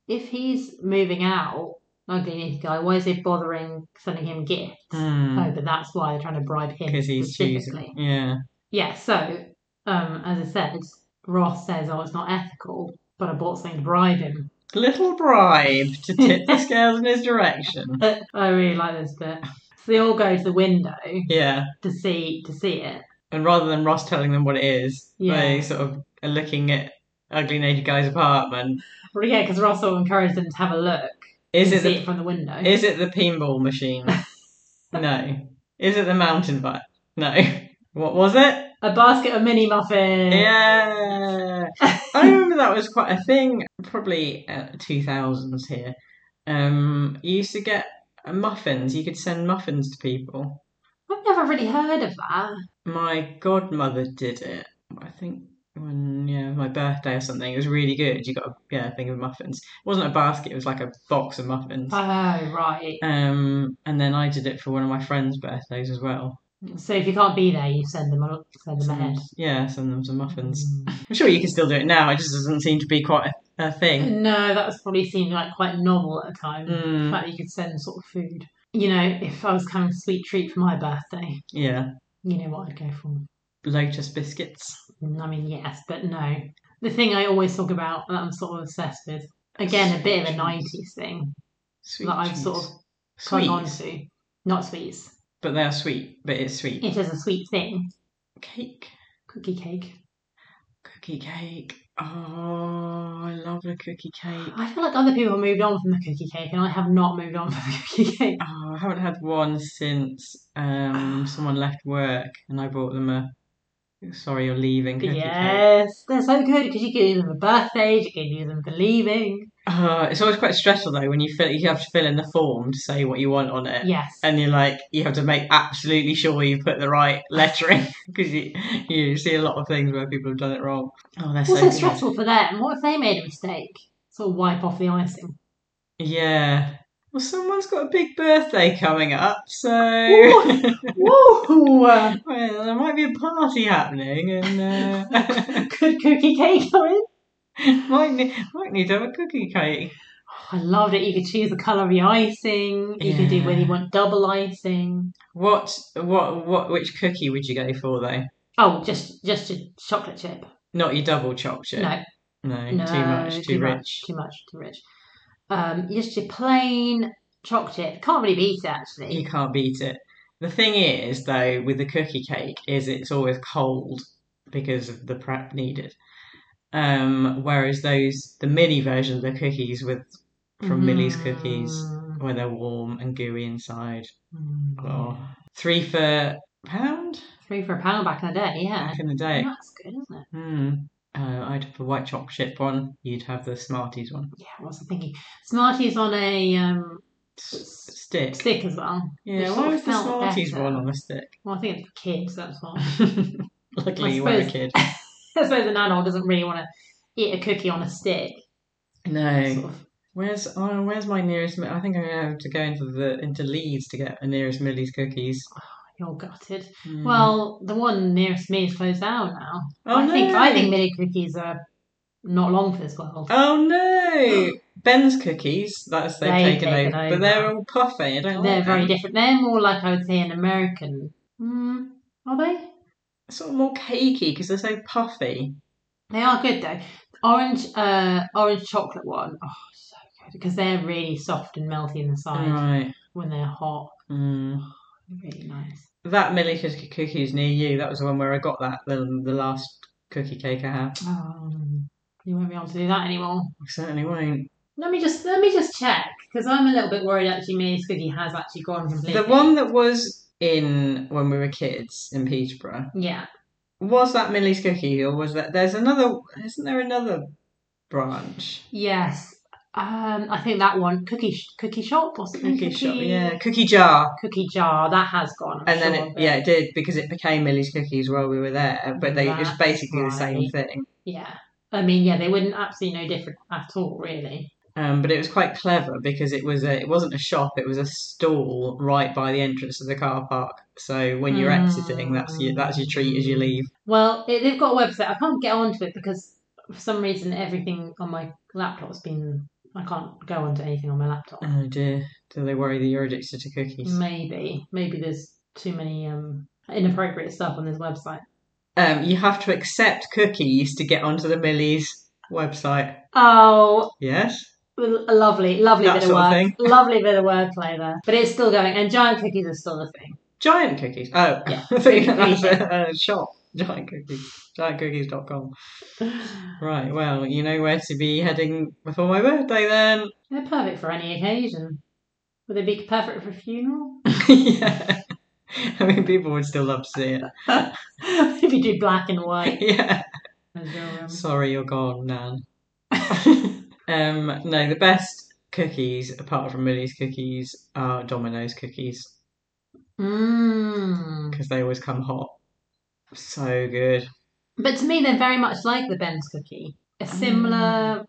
If he's moving out, ugly naked guy, why is they bothering sending him gifts?
Hmm.
Oh, but that's why they're trying to bribe him
because he's
specifically.
choosing. Yeah,
Yeah, so um, as I said, Ross says, "Oh, it's not ethical," but I bought something to bribe him.
little bribe to tip the scales in his direction.
I really like this bit. So they all go to the window
Yeah,
to see to see it.
and rather than Ross telling them what it is,
Yeah.
they sort of are looking at ugly naked guy's apartment.
But yeah, because Ross will encourage them to have a look.
Is
to
it
see
the
it from the window?
is it the pinball machine? no. Is it the mountain bike? No. What was it?
a basket of mini muffins.
Yeah. I remember that was quite a thing. Probably uh, 2000s here. Um, you used to get uh, muffins. You could send muffins to people.
I've never really heard of that.
My godmother did it. I think when yeah, my birthday or something. It was really good. You got a yeah, a thing of muffins. It wasn't a basket, it was like a box of muffins.
Oh, right.
Um and then I did it for one of my friends' birthdays as well.
So if you can't be there, you send them a send them ahead.
Yeah, send them some muffins.
Mm.
I'm sure you can still do it now, it just doesn't seem to be quite a a thing.
Mm. No, that's probably seemed like quite novel at the time. The
Mm,
fact that you could send sort of food. You know, if I was kind of sweet treat for my birthday,
yeah,
you know what I'd go for. Mm,
Lotus biscuits.
I mean, yes, but no. The thing I always talk about that I'm sort of obsessed with, again, a bit of a
Sweet
90s thing
Sweet
that I've
treats.
sort of clung on
sweet,
to. Not sweets.
but they are sweet. But it's sweet
It is a sweet thing.
cake,
Cookie cake.
cookie cake. Oh, I love a cookie cake.
I feel like other people have moved on from the cookie cake, and I have not moved on from the cookie cake.
Oh, I haven't had one since
Ah.
um, someone left work and I bought them a sorry you're leaving cookie cake.
Yes, they're so good because you can use them for birthdays, you can use them for leaving.
Oh, it's always quite stressful though when you fill you have to fill in the form to say what you want on it.
Yes.
And you're like, you have to make absolutely sure you put the right lettering because you, you see a lot of things where people have done it wrong. Oh, they're
It's also
so good.
stressful for them. What if they made a mistake? Sort of wipe off the icing.
Yeah. Well, someone's got a big birthday coming up, so
Ooh. Woo! Uh,
well, there might be a party happening, and uh,
Good cookie cake going.
might need, might need to have a cookie cake.
I loved it. You could choose the colour of the icing. You could do whether you
Yeah.
want double icing.
What what what? Which cookie would you go for though?
Oh, just just a chocolate chip.
Not your double chopped chip.
No,
No,
no,
too much, too, rich.
much, too much, too rich. Um, just your plain chocolate chip. Can't really beat it actually.
You can't beat it. The thing is, though, with the cookie cake, is it's always cold because of the prep needed. Um, whereas those the mini version of the cookies with from Millie's cookies,
Mm.
where they're warm and gooey inside.
Mm.
Oh. Three for pound
Three for a pound back in the day, yeah.
back in the day.
That's good, isn't it?
Hmm. Uh, I'd have the white chocolate chip one. You'd have the Smarties one.
Yeah, what's I thinking? Smarties on a um,
S- stick.
stick as well. It
Yeah.
sort
Why
of
was the
felt
Smarties
better.
one on the stick?
Well, I think it's for kids, that's why.
Luckily, you were a
suppose-
kid.
I suppose an adult doesn't really want to eat a cookie on a stick.
No.
Sort of.
Where's oh, where's my nearest? Mi- I think I'm gonna have to go into the into Leeds to get a nearest Millie's cookies.
You're all gutted.
Hmm.
Well, the one nearest me is closed down now.
oh
I
no!
think I think mini cookies are not long for this world.
oh no! Ben's cookies. That's they've,
They've
taken,
taken
over,
over.
but they're all puffy. I don't
They're
like
very
them.
different. They're more like I would say an American. Mm, are they?
sort of more cakey because they're so puffy.
They are good though. Orange, uh, orange chocolate one. Oh, so good because they're really soft and melty in the side
Right.
when they're hot.
Mm.
Really nice.
That Millie cookie cookies near you. That was the one where I got that the the last cookie cake I had.
Um, you won't be able to do that anymore.
I certainly won't.
Let me just let me just check because I'm a little bit worried. Actually, Miss Cookie has actually gone completely.
The one that was in when we were kids in Peterborough.
Yeah.
Was that Millie's cookie, or was that? There's another. Isn't there another branch?
Yes. Um, I think that one cookie sh- cookie shop or something.
Cookie, shop, yeah, cookie jar,
Cookie jar that has gone. I'm
and then
sure
it,
of
yeah, it did because it became Millie's cookies while we were there. But they, it's
That's
basically the same
right.
thing.
Yeah. I mean, yeah, they wouldn't absolutely no different at all, really.
Um, but it was quite clever because it was a, it wasn't a shop; it was a stall right by the entrance to the car park. So when you're exiting, that's your, that's your treat as you leave.
Well, it, they've got a website. I can't get onto it because for some reason everything on my laptop's been. I can't go onto anything on my laptop.
Oh dear! Do they worry that you're addicted to cookies?
Maybe, maybe there's too many um inappropriate stuff on this website.
Um, you have to accept cookies to get onto the Millie's website.
Oh,
Yes.
L- Lovely, lovely
That
bit of
sort of
work.
thing.
Lovely bit of wordplay there. But it's still going, and giant cookies are still a thing.
Giant cookies. Oh,
Yeah.
I think that's a, a shop. Giant cookies. Giantcookies.com. Right, well, you know where to be heading before my birthday then.
They're perfect for any occasion. Would they be perfect for a funeral?
yeah. I mean, people would still love to see it.
if you do black and white
Yeah.
as your um,
Sorry, you're gone, Nan. um, no, the best cookies, apart from Millie's cookies, are Domino's cookies
Mm.
because they always come hot. So good.
But to me, they're very much like the Ben's cookie. A similar,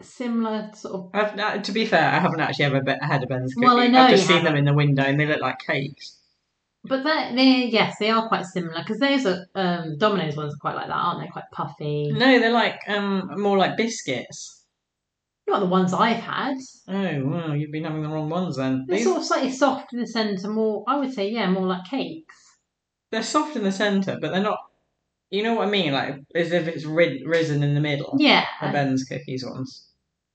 similar sort of.
I've, uh, to be fair, I haven't actually ever be- had a Ben's cookie.
Well, I know
I've just
you
seen them in the window and they look like cakes.
But they, they, yes, they are quite similar because those are
Mm.
um, Domino's ones are quite like that, aren't they? Quite puffy.
No, they're like um more like biscuits.
Not the ones I've had.
Oh, well, you've been having the wrong ones then.
They're
These-
sort of slightly soft in the centre, more, I would say, yeah, more like cakes.
they're soft in the centre, but they're not. You know what I mean? Like, as if it's rid- risen in the middle.
Yeah.
The Ben's cookies ones.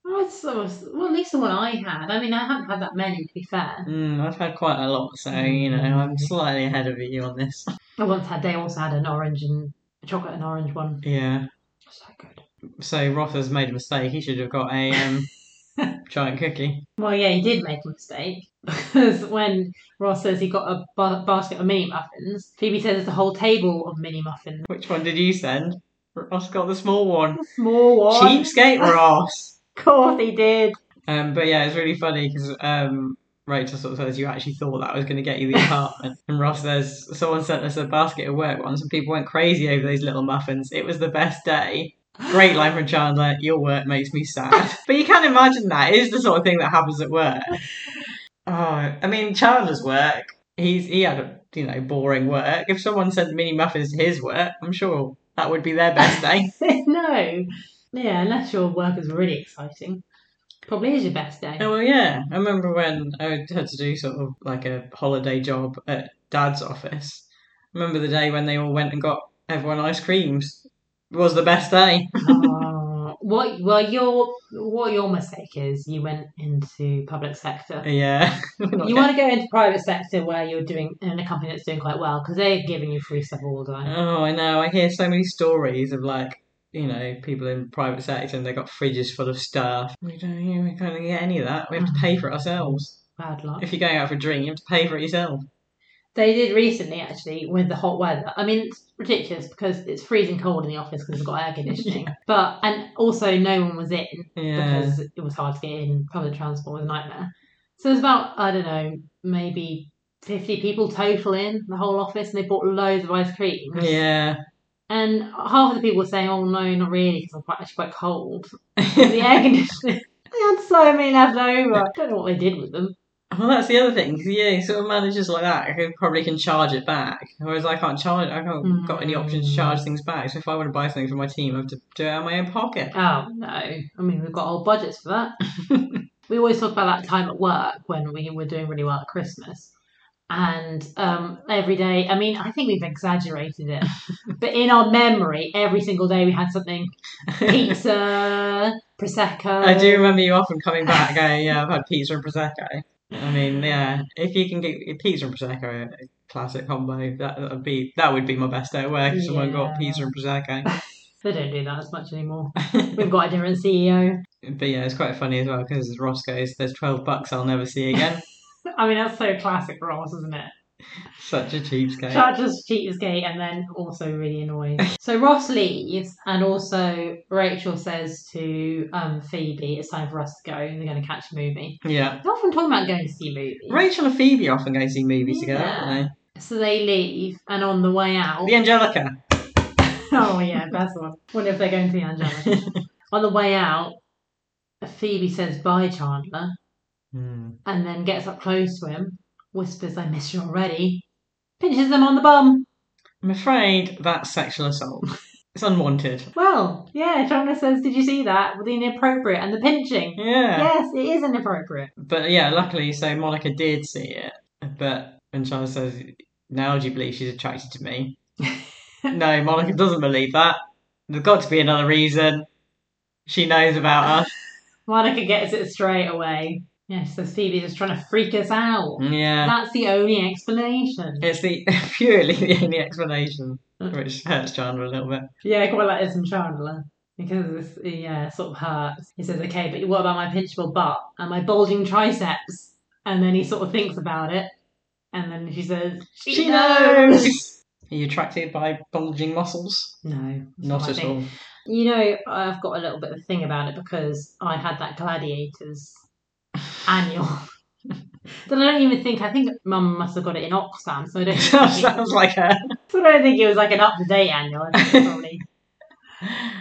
I was sort of, well, at least the one I had. I mean, I haven't had that many, to be fair.
Mm, I've had quite a lot, so, you know, I'm slightly ahead of you on this.
I once had, they also had an orange and a chocolate and orange one.
Yeah.
So good.
So Ross has made a mistake. He should have got a um, giant cookie.
Well, yeah, he did make a mistake because when Ross says he got a ba- basket of mini muffins, Phoebe says it's a whole table of mini muffins.
Which one did you send? Ross got the small one.
A small one.
Cheapskate Ross.
Of course he did.
Um, but yeah, it's really funny because um, Rachel sort of says you actually thought that was going to get you the apartment, and Ross says someone sent us a basket of work once, and people went crazy over those little muffins. It was the best day. Great line from Chandler. Your work makes me sad. but you can imagine that it is the sort of thing that happens at work. Oh, I mean Chandler's work. He's he had a you know boring work. If someone sent mini muffins to his work, I'm sure that would be their best day.
no. Yeah, unless your work is really exciting. Probably is your best day.
Oh well, yeah. I remember when I had to do sort of like a holiday job at Dad's office. remember the day when they all went and got everyone ice creams. It was the best day.
Uh, what well your what your mistake is you went into public sector.
yeah.
You want to go into private sector where you're doing in a company that's doing quite well because they're giving you free stuff all the time.
Oh, I know. I hear so many stories of like you know people in private sector and they got fridges full of stuff. We don't. You know, we can't get any of that. We have to pay for it ourselves.
Bad luck.
If you're going out for a drink, you have to pay for it yourself.
They did recently actually with the hot weather. I mean, it's ridiculous because it's freezing cold in the office because it's got air conditioning. But and also no one was in
Yeah.
because it was hard to get in. Public transport was a nightmare. So there's about I don't know maybe fifty people total in the whole office, and they bought loads of ice cream.
Yeah.
And half of the people were saying, "Oh no, not really, because I'm quite actually quite cold." the air conditioning. They had so many left over. I don't know what they did with them.
Well, that's the other thing. 'cause, Yeah, sort of managers like that who probably can charge it back, whereas I can't charge. I can't got any option to charge things back. So if I want to buy something for my team, I have to do it out of my own pocket.
Oh no! I mean, we've got whole budgets for that. we always talk about that time at work when we were doing really well at Christmas, and um, every day. I mean, I think we've exaggerated it, but in our memory, every single day we had something: pizza, prosecco.
I do remember you often coming back going, "Yeah, I've had pizza and prosecco." I mean, yeah, if you can get pizza and prosecco, a classic combo, that would be that would be my best day at work. If someone got
Yeah.
pizza and prosecco.
They don't do that as much anymore. We've got a different E CEO.
But yeah, it's quite funny as well because Ross goes, "There's twelve bucks I'll never see again."
I mean, that's so classic Ross, isn't it?
Such a cheapskate.
Charges Cheatersgate and then also really annoying. so Ross leaves and also Rachel says to um, Phoebe, it's time for us to go and they're going to catch a movie.
yeah.
They're often talking about going to see movies.
Rachel and Phoebe often go see movies together,
Yeah.
aren't they?
So they leave and on the way out.
The Angelica.
oh, yeah, that's the one. Wonder if they're going to the Angelica. on the way out, Phoebe says bye, Chandler, and then gets up close to him, whispers, I miss you already, pinches him on the bum.
I'm afraid that's sexual assault. It's unwanted.
Well, yeah, Chandler says, Did you see that? With the inappropriate and the pinching.
Yeah.
Yes, it is inappropriate.
But yeah, luckily, so Monica did see it. But when Charles says, now do you believe she's attracted to me? no, Monica doesn't believe that. There's got to be another reason. She knows about us.
Monica gets it straight away. Yeah, she says Phoebe's just trying to freak us out.
Yeah.
That's the only explanation.
It's the purely the only explanation, which hurts Chandler a little bit.
Yeah, I quite like this from Chandler. Because it's, yeah, it sort of hurts. He says, Okay, but what about my pinchable butt and my bulging triceps? And then he sort of thinks about it. And then she says, She,
Are you attracted by bulging muscles?
No. that's
Not
what I
at
think.
all.
You know, I've got a little bit of a thing about it because I had that Gladiators annual. that I don't even think, I think Mum must have got it in Oxfam, so I don't, even think, it,
Sounds like her.
so I don't think it was like an up to date annual. I think it's probably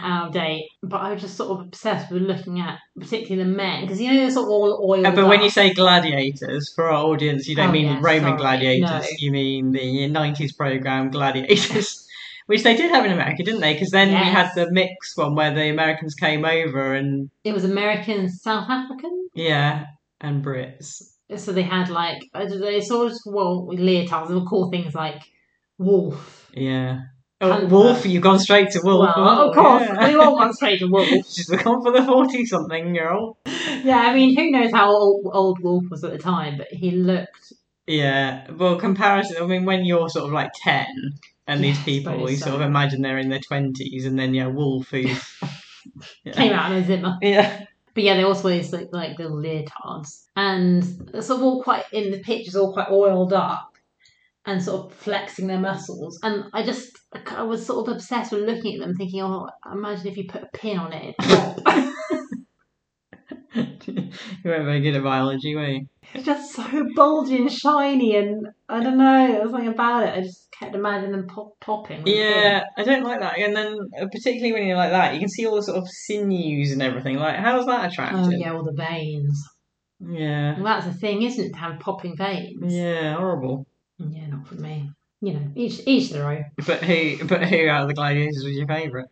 out of date. But I was just sort of obsessed with looking at particularly the men because you know they're sort of all oiled
Uh, but when
up.
you say gladiators, for our audience, you don't
Oh,
mean
yeah,
Roman
sorry.
gladiators.
No.
You mean the 90s program Gladiators, which they did have in America, didn't they? Because then we had
Yes.
the mix one where the Americans came over and
It was American and South African.
yeah, and Brits.
So they had like, uh, I don't know, it's all just, well, leotards. They would call things like wolf.
Yeah. Oh,
Hunter.
Wolf, you've gone straight to Wolf.
Well,
Oh,
of course,
yeah.
we all want straight to wolf.
She's gone for the 40 something year old.
Yeah, I mean, who knows how old, old Wolf was at the time, but he looked.
Yeah. Well, comparison, I mean, when you're sort of like 10 and these
Yeah, I
people,
suppose
you
so.
sort of imagine they're in their 20s and then, yeah, Wolf who's.
came
yeah.
out of a Zimmer.
yeah.
But yeah, they also used like, like the leotards. And sort of all quite, in the pictures, all quite oiled up and sort of flexing their muscles. And I just, I was sort of obsessed with looking at them, thinking, oh, imagine if you put a pin on it. it'd pop.
you weren't very good at biology, were you?
It's just so bulgy and shiny, and I don't know, there was something about it. I just kept imagining them pop- popping. with a pin.
Yeah, I don't like that. And then, uh, particularly when you're like that, you can see all the sort of sinews and everything. Like, how's that attractive?
Oh, yeah, all the veins.
Yeah.
Well, that's the thing, isn't it? To have popping veins.
Yeah, horrible.
Yeah, not for me. You know, each each their own.
But who, but who out of the gladiators was your favourite?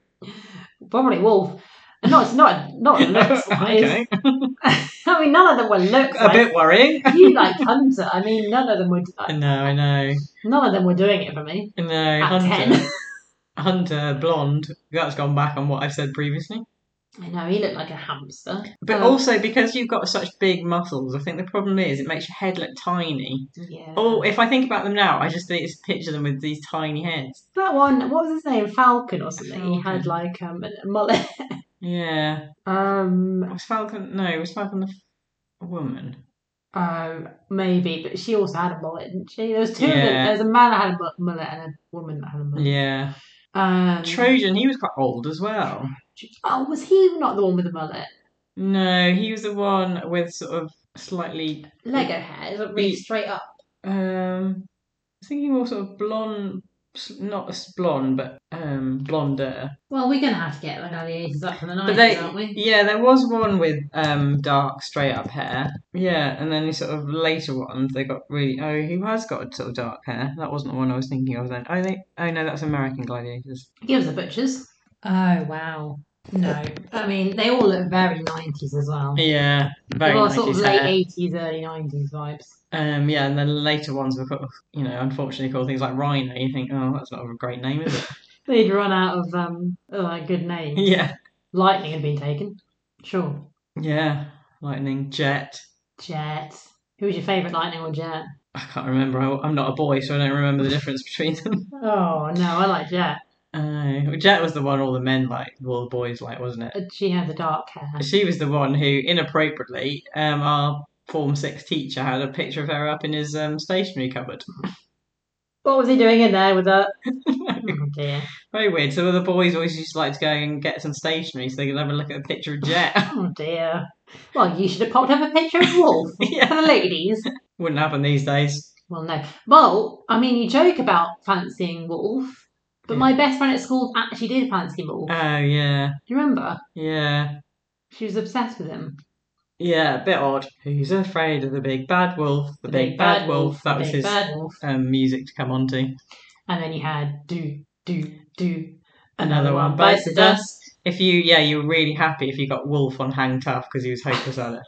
Probably wolf. And not not not looks wise.
Okay.
I mean, none of them were looks.
A
Like,
bit worrying.
you like Hunter. I mean, none of them were
I know, I know.
none of them were doing it for me.
I know.
At
Hunter.
ten,
Hunter Blonde. That's gone back on what I've said previously.
I know he looked like a hamster.
But
Um,
also because you've got such big muscles, I think the problem is it makes your head look tiny.
yeah.
Oh, if I think about them now, I just think it's picture them with these tiny heads.
that one. What was his name? Falcon or something. He had
Falcon.
like um a mullet.
Yeah.
Um,
Was Falcon no, was Falcon the f- a woman?
Um, maybe, but she also had a mullet, didn't she? There was two of them.
Yeah.
There was a man that had a mu- mullet and a woman that had a mullet.
Yeah.
Um,
Trojan, he was quite old as well.
oh, was he not the one with the mullet?
No, he was the one with sort of slightly
Lego hair, like really
He-
straight up.
Um, I think he more sort of blonde, s- not s- blonde, but um, blonder.
Well, we're gonna have to get the gladiators up for the night,
But they,
aren't we?
yeah, there was one with um dark straight up hair. Yeah, and then the sort of later ones they got really. Oh, who has got sort of dark hair? That wasn't the one I was thinking of then. Oh, they. Oh no, that's American Gladiators.
Give us the butchers. Oh wow. No, I mean they all look very nineties as well.
Yeah, very
well,
90s
sort of
hair.
late eighties, early nineties vibes.
Um, yeah, and then later ones were called, you know, unfortunately called things like Rhino. You think, oh, that's not a great name, is it?
They'd run out of um, like good names.
yeah,
Lightning had been taken. Sure.
yeah. Lightning, Jet.
Jet. Who was your favourite Lightning or Jet?
I can't remember. I, am not a boy, so I don't remember the difference between them.
Oh no, I like Jet.
Uh, well, Jet was the one all the men liked, all the boys liked, wasn't it?
Uh, She had the dark hair.
She was the one who, inappropriately, um, our Form 6 teacher had a picture of her up in his um, stationery cupboard.
What was he doing in there with that? oh dear.
Very weird. So the boys always used to like to go and get some stationery so they could have a look at a picture of Jet.
Oh dear. Well, you should have popped up a picture of Wolf
yeah.
for the ladies.
Wouldn't happen these days.
Well, no. Well, I mean, you joke about fancying Wolf, but my
Hmm.
best friend at school actually did fancy Wolf.
Oh, yeah.
Do you remember?
Yeah.
She was obsessed with him.
Yeah, a bit odd. Who's afraid of the big bad wolf? The, big, bad, wolf. That
the
was
big
his
bad wolf.
um, music to come on to.
And then you had do do do.
Another one bites the dust. If you, yeah, you were really happy if you got Wolf on Hang Tough because he was hopeless at it.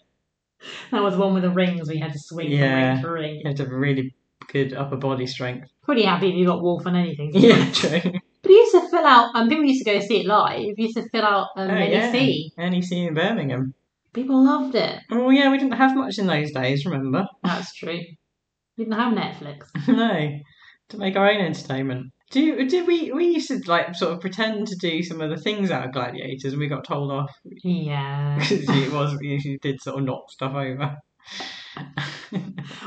That was the one with the rings. We had to swing
Yeah.
from ring to ring.
You had to have really good upper body strength.
Pretty happy if you got Wolf on anything.
Yeah, true.
But you used to fill out, and people used to go see it live. You used to fill out um,
Oh,
NEC.
yeah. NEC in Birmingham.
People loved it.
Oh, yeah, we didn't have much in those days, remember?
That's true. We didn't have Netflix.
no, to make our own entertainment. Do you, did we we used to like sort of pretend to do some of the things out of Gladiators and we got told off
Yeah.
because it was you did sort of knock stuff over.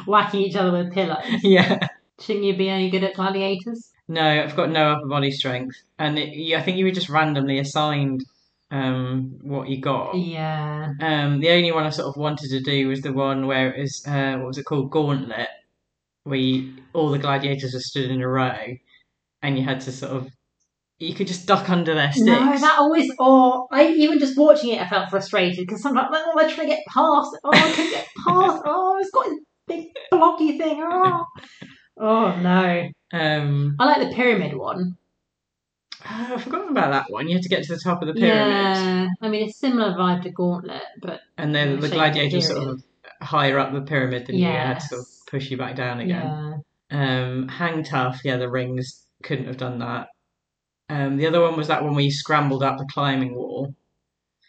Whacking each other with pillows.
yeah.
Shouldn't you be any good at gladiators?
No, I've got no upper body strength, and it, you, I think you were just randomly assigned um, what you got.
Yeah.
Um, the only one I sort of wanted to do was the one where it was uh, what was it called, Gauntlet, where you, all the gladiators were stood in a row, and you had to sort of you could just duck under their sticks.
No, that always, or I even just watching it, I felt frustrated because sometimes, like, oh, I'm trying to get past. Oh, I couldn't get past. Oh, it's got this big blocky thing. Oh. oh, no.
Um,
I like the pyramid one.
Oh, I've forgotten about that one. You had to get to the top of the pyramid,
Yeah, I mean it's similar vibe to Gauntlet, but
and then
Yeah,
the
shape
gladiators
period.
sort of higher up the pyramid than you. It had to sort of
Yes.
push you back down again. Um, hang tough. Yeah, the rings couldn't have done that. Um, the other one was that one where you scrambled up the climbing wall.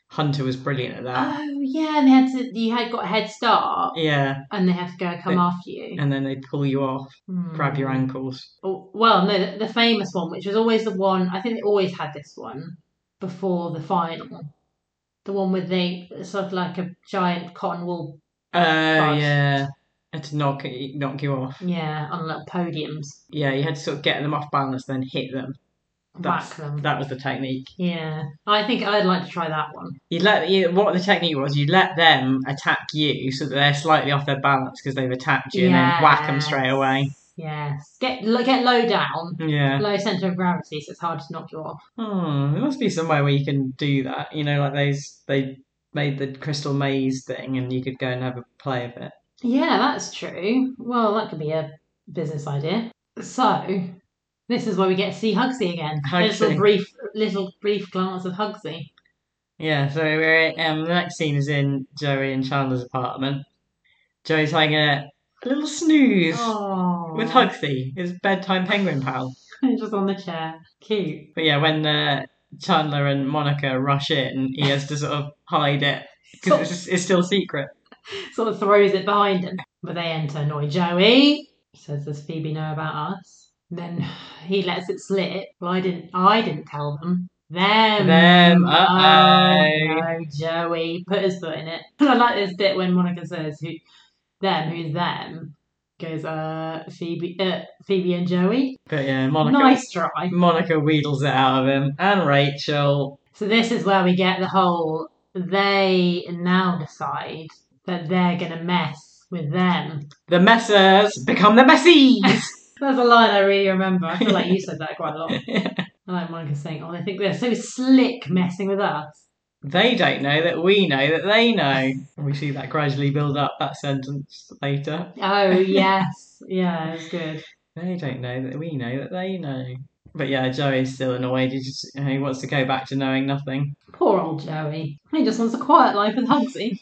Hunter was brilliant at that.
Oh yeah, and they had to. You had got a head start,
yeah,
and they have to go come
They-
after you.
and then they'd pull you off,
Hmm.
grab your ankles.
Oh, well, no, the, the famous one, which was always the one. I think they always had this one before the final. The one with the sort of like a giant cotton wool,
Oh
Fast.
yeah, and to knock knock you off.
yeah, on little podiums,
Yeah, you had to sort of get them off balance, then hit them. That's,
whack them.
That was the technique.
Yeah, I think I'd like to try that one.
You let you, what the technique was. You let them attack you so that they're slightly off their balance because they've attacked you, and then whack them straight away.
Yes, get lo- get low down,
Yeah.
low center of gravity, so it's hard to knock you off.
Hmm, there must be somewhere where you can do that. You know, like those they made the crystal maze thing, and you could go and have a play of it.
Yeah, that's true. Well, that could be a business idea. So, this is where we get to see Hugsy again. A
Hugsy.
little brief, little brief glance of Hugsy.
Yeah. So we're um the next scene is in Joey and Chandler's apartment. Joey's having a, a little snooze
Oh,
with Hugsy, his bedtime penguin pal.
just on the chair. Cute.
But yeah, when uh, Chandler and Monica rush in, he has to sort of hide it because it's, it's still secret.
Sort of throws it behind him. But they enter annoy Joey. Says, Does Phoebe know about us? Then he lets it slip. Well, I didn't I didn't tell them. Them.
Them,
Oh,
uh-oh.
no, Joey. Put his foot in it. And I like this bit when Monica says who them, who's them? Goes, uh Phoebe uh, Phoebe and Joey.
But yeah, Monica
Nice try.
Monica wheedles it out of him, and Rachel.
So this is where we get the whole they now decide that they're gonna mess with them.
The messers become the messies.
That's a line I really remember. I feel like you said that quite a lot. I like Monica saying, Oh, they think they're so slick messing with us.
they don't know that we know that they know. And we see that gradually build up that sentence later.
Oh yes. Yeah, it's good.
They don't know that we know that they know. But yeah, Joey's still annoyed. He just he wants to go back to knowing nothing.
Poor old Joey. He just wants a quiet life with Hugsy.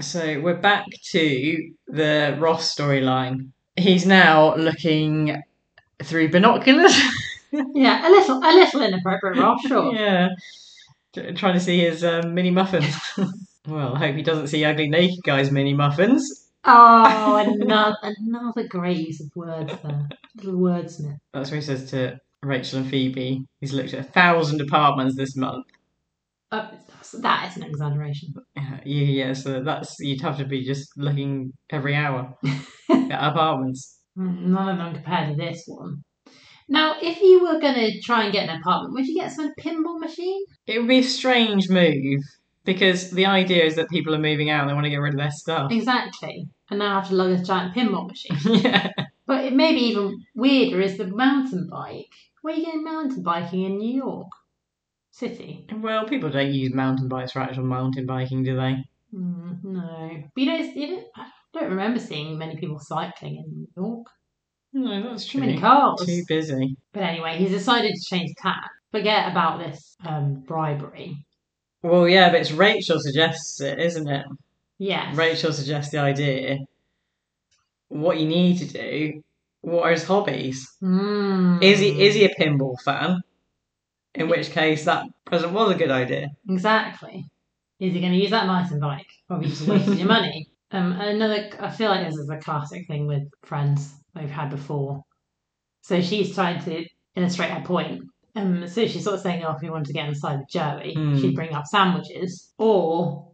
So we're back to the Ross storyline. He's now looking through binoculars.
yeah, a little a little inappropriate, Ross, sure.
Yeah. T- Trying to see his um, mini muffins. well, I hope he doesn't see ugly naked guys mini muffins.
Oh, another another great use of words there. Little wordsmith.
That's what he says to Rachel and Phoebe. He's looked at a thousand apartments this month.
Uh, that's- that is an exaggeration.
Yeah, yeah, so that's you'd have to be just looking every hour at apartments.
Mm, None of them compared to this one. Now, if you were going to try and get an apartment, would you get some pinball machine?
It would be a strange move because the idea is that people are moving out and they want to get rid of their stuff.
Exactly. And now I have to lug this giant pinball machine.
yeah.
But it may be even weirder is the mountain bike. Where are you going mountain biking in New York City?
Well, people don't use mountain bikes for actual mountain biking, do they?
Mm, no. But you don't, you don't, I don't remember seeing many people cycling in New York.
No, that's
Too
true.
many cars.
Too busy.
But anyway, he's decided to change tack. Forget about this um, bribery.
Well, yeah, but it's Rachel suggests it, isn't it?
Yes.
Rachel suggests the idea. What you need to do. What are his hobbies?
Mm.
Is he is he a pinball fan? In which case, that present was a good idea.
Exactly. Is he going to use that mountain bike? Or have you just wasted your money? Um, another, I feel like this is a classic thing with friends they've had before. So she's trying to illustrate her point. Um, so she's sort of saying, oh, if we wanted to get inside with Joey,
Hmm.
she'd bring up sandwiches or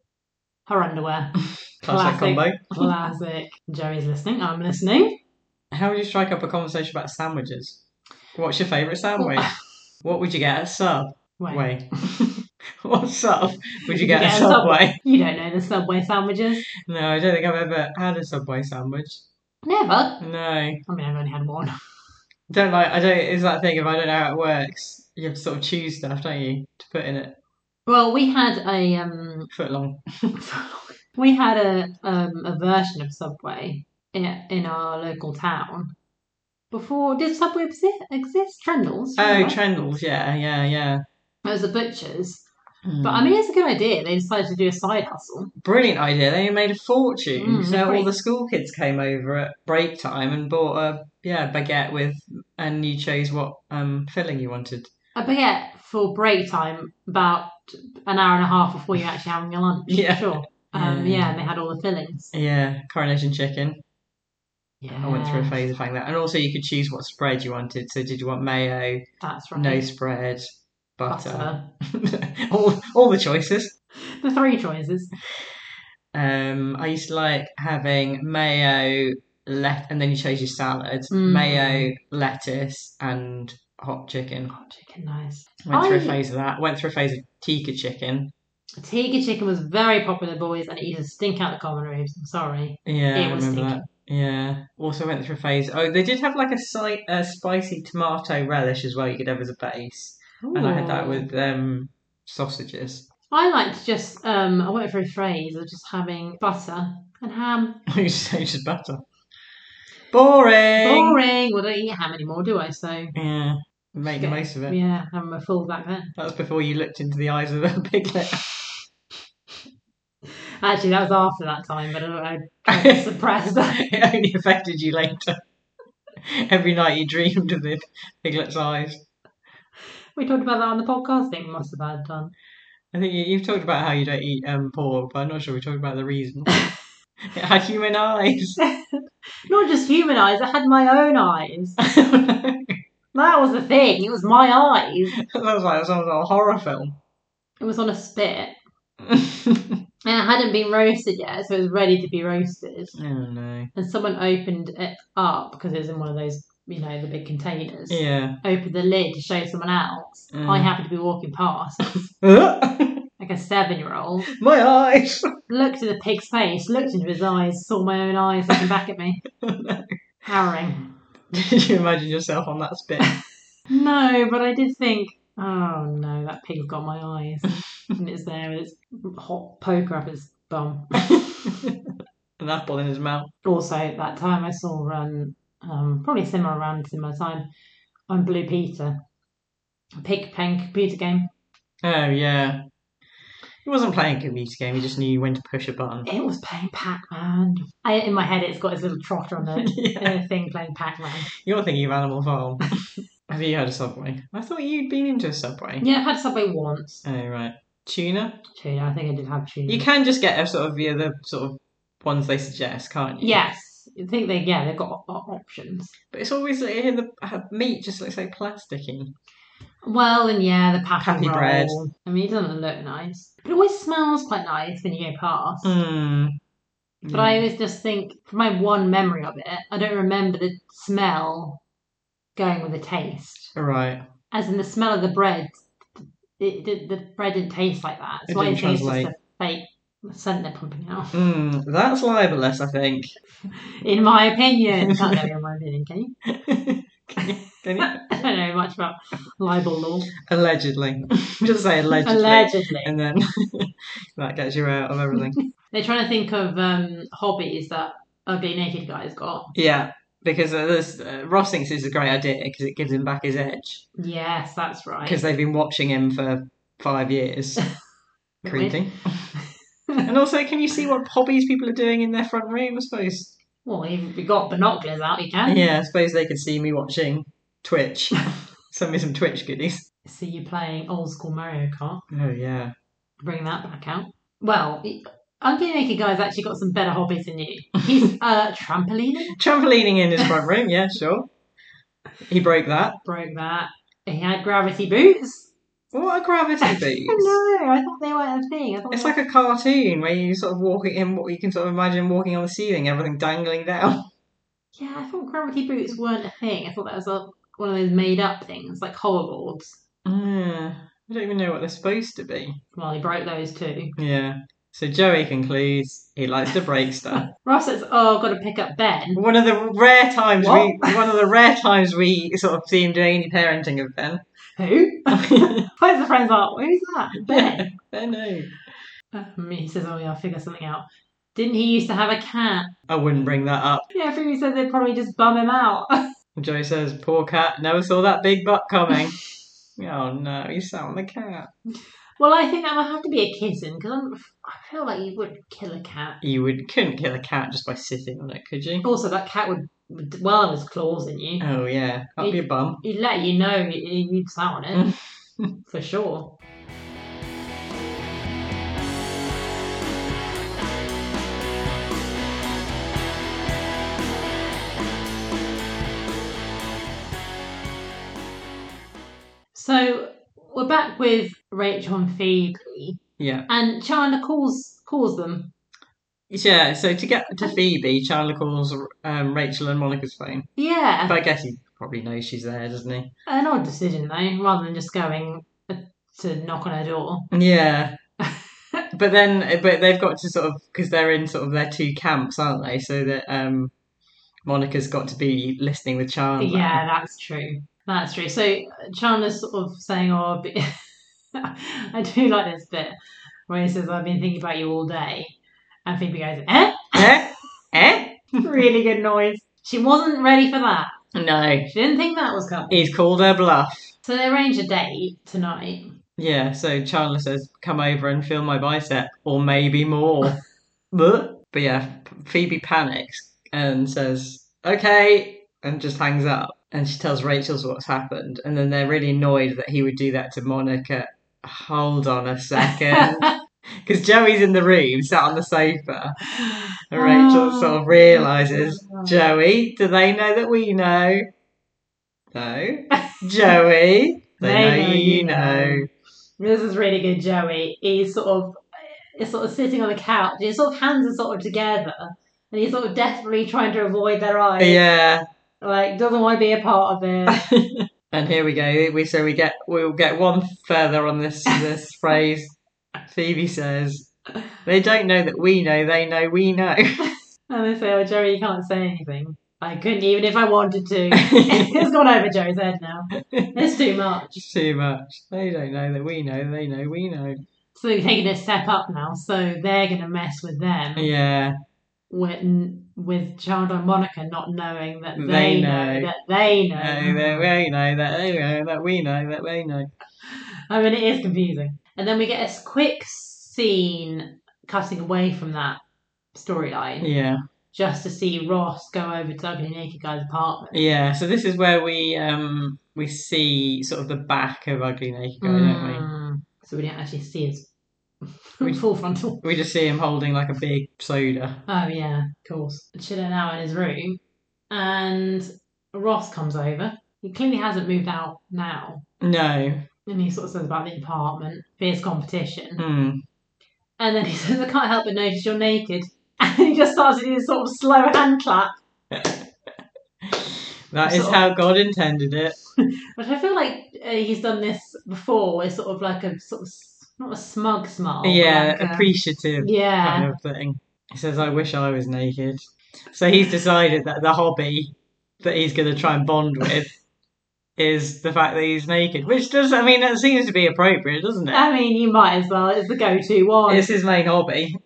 her underwear.
Classic
Classic.
combo.
classic. Joey's listening. I'm listening.
How would you strike up a conversation about sandwiches? What's your favourite sandwich? what would you get at sub?
Wait.
Wait. what sub would you
You
get at
get a
Subway?
You don't know the Subway sandwiches.
No, I don't think I've ever had a Subway sandwich.
Never.
No.
I mean, I've only had one.
Don't like I don't it's that thing if I don't know how it works, you have to sort of choose stuff, don't you? To put in it.
Well, we had a um,
Foot long.
we had a um, a version of Subway in in our local town, before did Subway exist? exist? Trendles.
Oh,
remember?
Trendles, yeah, yeah, yeah.
it was the butchers.
Hmm.
But I mean, it's a good idea. They decided to do a side hustle.
Brilliant idea. They made a fortune.
Mm,
so all
great.
the school kids came over at break time and bought a yeah baguette with, and you chose what um filling you wanted.
A baguette Uh, for break time, about an hour and a half before you actually having your lunch.
Yeah.
Sure. Um,
Yeah.
yeah. and they had all the fillings.
Yeah, coronation chicken.
Yeah.
I went through a phase of having that, and also you could choose what spread you wanted. So did you want mayo,
That's right.
no spread, butter,
Butter.
all all the choices.
The three choices.
Um, I used to like having mayo, let, and then you chose your salad,
Mm.
mayo, lettuce, and hot chicken.
Hot chicken, nice.
Went through a
I-
phase of that. Went through a phase of tikka chicken.
Tiga chicken was very popular, boys, and it used to stink out the common rooms. I'm sorry.
Yeah,
It
I
was
remember that. Yeah. Also went through a phase. Oh, they did have like a, si- a spicy tomato relish as well. You could have as a base, and I had that
Ooh.
with um sausages.
I liked just um I went for a phrase of just having butter and ham.
I used to say just butter. Boring.
Boring. Well, I don't eat ham anymore, do I? So
Yeah. Make the
Okay.
most of it.
yeah, I'm a fool back then.
That was before you looked into the eyes of a piglet.
Actually, that was after that time, but I, I tried to suppress that.
it only affected you later. Every night you dreamed of the piglet's eyes.
We talked about that on the podcast. I think we must have had done.
I think you, you've talked about how you don't eat um, pork, but I'm not sure we talked about the reason. it had human eyes.
Not just human eyes. I had my own eyes. That was the thing. It was my eyes.
That was like some sort of horror film.
It was on a spit. And it hadn't been roasted yet, so it was ready to be roasted.
oh no.
And someone opened it up because it was in one of those, you know, the big containers.
Yeah.
Opened the lid to show someone else.
Mm.
I happened to be walking past,
My
like a seven year old.
eyes!
Looked at the pig's face, looked into his eyes, saw my own eyes looking back at me. Harrowing.
Did you imagine yourself on that spit?
No, but I did think, oh no, that pig's got my eyes. and it's there with its hot poker up its bum.
An apple in his mouth.
also at that time I saw um, um probably similar around to my time on Blue Peter. A Pick pen computer game.
Oh yeah. He wasn't playing a computer game, he just knew when to push a button.
It was playing Pac-Man. I, in my head it's got his little trotter on the
Yeah.
uh, thing playing Pac-Man.
You're thinking of Animal Farm. Have you had a Subway? I thought you'd been into a Subway.
Yeah, I've had Subway once.
Oh right. Tuna?
Tuna, I think I did have tuna.
You can just get a sort of the other sort of ones they suggest, can't you?
Yes. I think they yeah, they've got o- o- options.
But it's always like in the uh, meat just looks like plasticky.
Well and yeah, the pack and
Happy
roll.
bread.
I mean it doesn't look nice. But it always smells quite nice when you go past.
Mm.
Hmm. But I always just think, from my one memory of it, I don't remember the smell going with the taste.
I right.
As in the smell of the bread, it, it, the bread didn't taste like that.
It
So I
didn't
think it's just a fake scent they're pumping out.
Mm, that's libelous, I think.
In my opinion, that's not in my opinion, can you?
Can you- can you-
I don't know much about libel law.
Allegedly. Just say allegedly.
Allegedly,
And then that gets you out of everything.
they're trying to think of um, hobbies that ugly naked guys got.
yeah, because uh, this, uh, Ross thinks this is a great idea because it gives him back his edge.
Yes, that's
Because
right.
they've been watching him for five years. Creepy.
Weird.
and also, can you see what hobbies people are doing in their front room? I suppose.
Well, if you got binoculars out, you can
Yeah, I suppose they could see me watching Twitch. Send me some Twitch goodies.
see you playing old school Mario Kart.
Oh yeah.
bring that back out. Well, ugly naked guy's actually got some better hobbies than you. He's uh, trampolining.
Trampolining in his front room. Yeah, sure. He broke that.
Broke that. He had gravity boots.
What a gravity boots.
no, I thought they were a thing. I thought
It's
they
like a cartoon where you sort of walk in what you can sort of imagine walking on the ceiling, everything dangling down.
were- yeah, I thought gravity boots weren't a thing. I thought that was a, one of those made up things, like hoverboards.
Yeah. I don't even know what they're supposed to be.
Well, he broke those too.
Yeah. So Joey concludes he likes to break stuff.
Ross says, "Oh, I've got to pick up Ben."
One of the rare times
What?
we, one of the rare times we sort of see him doing any parenting of Ben.
Who? Where's the friends are? Who's that? Ben.
Ben, no.
Um, he says, "Oh yeah, I'll figure something out." Didn't he used to have a cat?
I wouldn't bring that up.
Yeah, Phoebe said they'd probably just bum him out.
And Joey says, Poor cat, never saw that big butt coming. oh no, you sound the cat.
Well, I think that might have to be a kitten because I feel like you would kill a cat.
You would couldn't kill a cat just by sitting on it, could you?
Also, that cat would, would well his claws in you.
Oh yeah. That'd be a bum.
He'd let you know you- you'd sat on it for sure. So we're back with Rachel and Phoebe,
Yeah.
and Chandler calls calls them.
Yeah, so to get to Phoebe, Chandler calls um, Rachel and Monica's phone.
Yeah,
But I guess he probably knows she's there, doesn't he?
an odd decision though, rather than just going uh, to knock on her door.
Yeah. but then but they've got to sort of because they're in sort of their two camps, aren't they? So that um Monica's got to be listening with Chandler.
Yeah, that's true. That's true. So Chandler's sort of saying, "Oh, but I do like this bit where he says, "I've been thinking about you all day," and Phoebe goes, "Eh,
eh? Eh?
really good noise." She wasn't ready for that.
No.
She didn't think that was coming.
He's called her bluff.
So they arrange a date tonight.
Yeah, so Chandler says, come over and feel my bicep, or maybe more. but, but yeah, Phoebe panics and says, okay, and just hangs up. And she tells Rachel's what's happened. And then they're really annoyed that he would do that to Monica. Hold on a second. Because Joey's in the room, sat on the sofa. And Rachel
Oh.
sort of realises, Joey, do they know that we know? No. Joey, they, know, you know.
This is really good, Joey. He's sort of he's sort of sitting on the couch. His sort of hands are sort of together, and he's sort of desperately trying to avoid their eyes.
Yeah.
Like doesn't want to be a part of it.
and here we go. We so we get we'll get one further on this this phrase. Phoebe says, "They don't know that we know. They know we know."
And they say, "Oh, Joey, you can't say anything." I couldn't even if I wanted to. it's gone over Joey's head now. It's too much.
Just Too much. They don't know that we know. They know we know.
So they're taking a step up now. So they're gonna mess with them.
Yeah.
With with Chandler and Monica not knowing that they,
They
know.
know.
that they know.
No, that we know. That they know. That we know. That they know.
I mean, it is confusing. And then we get a s- quick scene cutting away from that storyline
Yeah.
just to see Ross go over to Ugly Naked Guy's apartment.
Yeah. So this is where we um we see sort of the back of Ugly Naked Guy, don't
Mm. So we didn't actually see his
We-
full frontal.
we? We just see him holding like a big soda.
Oh, yeah, of course. Chilling out in his room. And Ross comes over. He clearly hasn't moved out now.
No.
And he sort of says about the apartment, fierce competition.
Hmm.
And then he says, I can't help but notice you're naked. And he just starts to do this sort of slow hand clap.
That is
Sort of-
how God intended it.
But I feel like uh, he's done this before. It's sort of like a sort of s- not a smug smile. but
yeah,
like a-
appreciative
Oh, yeah,
kind of thing. He says, "I wish I was naked." So he's decided that the hobby that he's going to try and bond with is the fact that he's naked, which does, I mean, that seems to be appropriate, doesn't it?
I mean, you might as well. It's the go-to one.
It's his main hobby.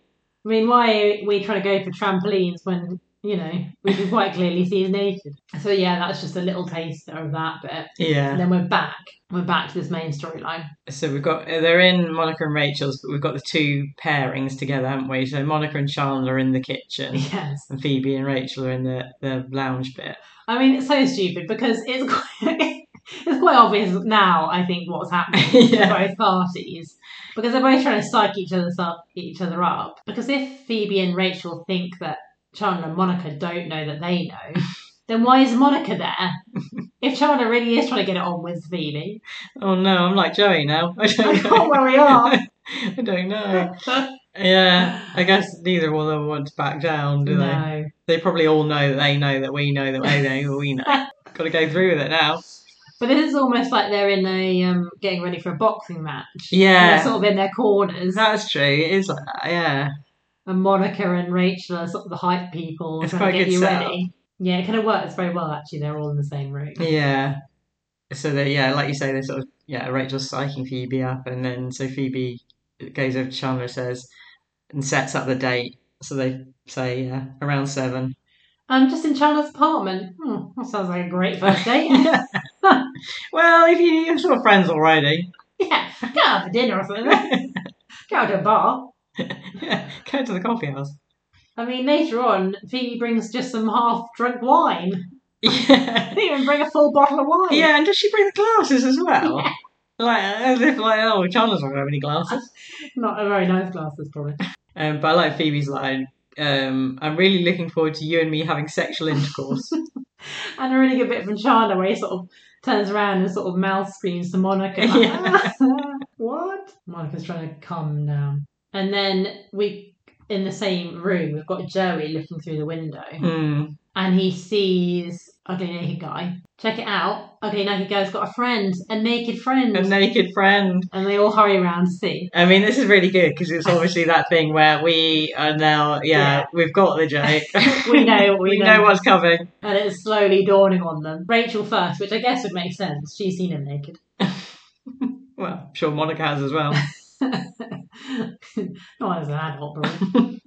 I mean, why are we trying to go for trampolines when you know we can quite clearly see he's naked? So yeah, that's just a little taster of that bit. And
Yeah.
then we're back. We're back to this main storyline.
So we've got they're in Monica and Rachel's, but we've got the two pairings together, haven't we? So Monica and Chandler are in the kitchen,
Yes.
and Phoebe and Rachel are in the the lounge bit.
I mean, it's so stupid because it's quite, it's quite obvious now. I think what's happening.
yeah.
both parties because they're both trying to psych each other up. Each other up. Because if Phoebe and Rachel think that Chandler and Monica don't know that they know, then why is Monica there? if Chandler really is trying to get it on with Phoebe,
Oh no, I'm like Joey now. I
I
don't know.
can't where we are.
I don't know. Yeah, I guess neither one of them want to back down, do they?
no,
They probably all know that they know that we know that they know that we know. Got to go through with it now.
but this is almost like they're in a um, getting ready for a boxing match.
Yeah.
they're sort of in their corners,
That's true. It is like that. Yeah,
and Monica and Rachel are sort of the hype people
It's
trying
quite
to
a
get
good
you
setup.
ready. Yeah, it kind of works very well actually. They're all in the same room.
yeah. So that yeah, like you say, they sort of yeah. Rachel's psyching Phoebe up, and then so Phoebe goes over to Chandler, and says, and sets up the date. So they say yeah, around seven.
Um, just in Chandler's apartment. Hmm, that sounds like a great first date.
Well, if you, you're sort of friends already,
yeah, go out for dinner or something. go out to a bar.
go to the coffee house.
I mean, later on, Phoebe brings just some half-drunk wine.
Yeah.
They even bring a full bottle of wine.
yeah, and does she bring the glasses as well? Like, as if, like, oh, Chandler's not have any glasses.
Not a very nice glasses, probably.
Um, but I like Phoebe's line. Um, I'm really looking forward to you and me having sexual intercourse.
And a really good bit from Chandler where he sort of turns around and sort of mouth screams to Monica.
Yeah.
what? Monica's trying to calm down. And then we, in the same room, we've got Joey looking through the window
Hmm.
and he sees Ugly Naked Guy. Check it out. Ugly Naked Guy's got a friend, a naked friend.
A naked friend.
and they all hurry around to see.
I mean, this is really good because it's obviously that thing where we are now, yeah,
Yeah.
we've got the joke.
We know what we
we
know.
know what's coming.
And it's slowly dawning on them. Rachel first, which I guess would make sense. She's seen him naked.
Well, I'm sure Monica has as well.
Not as an adult, probably.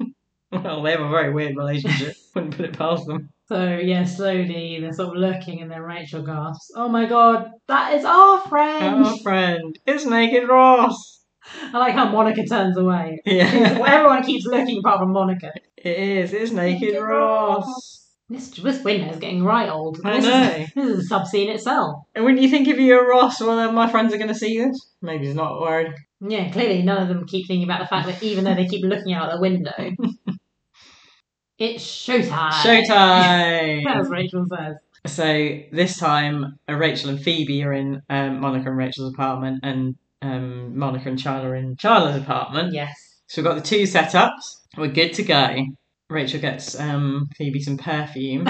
well, they have a very weird relationship. Wouldn't put it past them.
So yeah, slowly they're sort of looking, and then Rachel gasps, "Oh my god, that is our friend!"
Our friend is naked Ross.
I like how Monica turns away.
Yeah,
Everyone keeps looking apart from Monica.
it is. It's naked Ross.
This this window's getting right old.
I
this
know.
Is, this is a subscene itself.
And wouldn't you think if you're Ross, well, then my friends are going to see this? Maybe he's not worried.
Yeah, clearly none of them keep thinking about the fact that even though they keep looking out the window, it's showtime.
Showtime!
As Rachel says.
so this time, uh, Rachel and Phoebe are in um, Monica and Rachel's apartment, and um, Monica and Charla are in Charla's apartment.
Yes.
So we've got the two setups. We're good to go. Rachel gets um, Phoebe some perfume.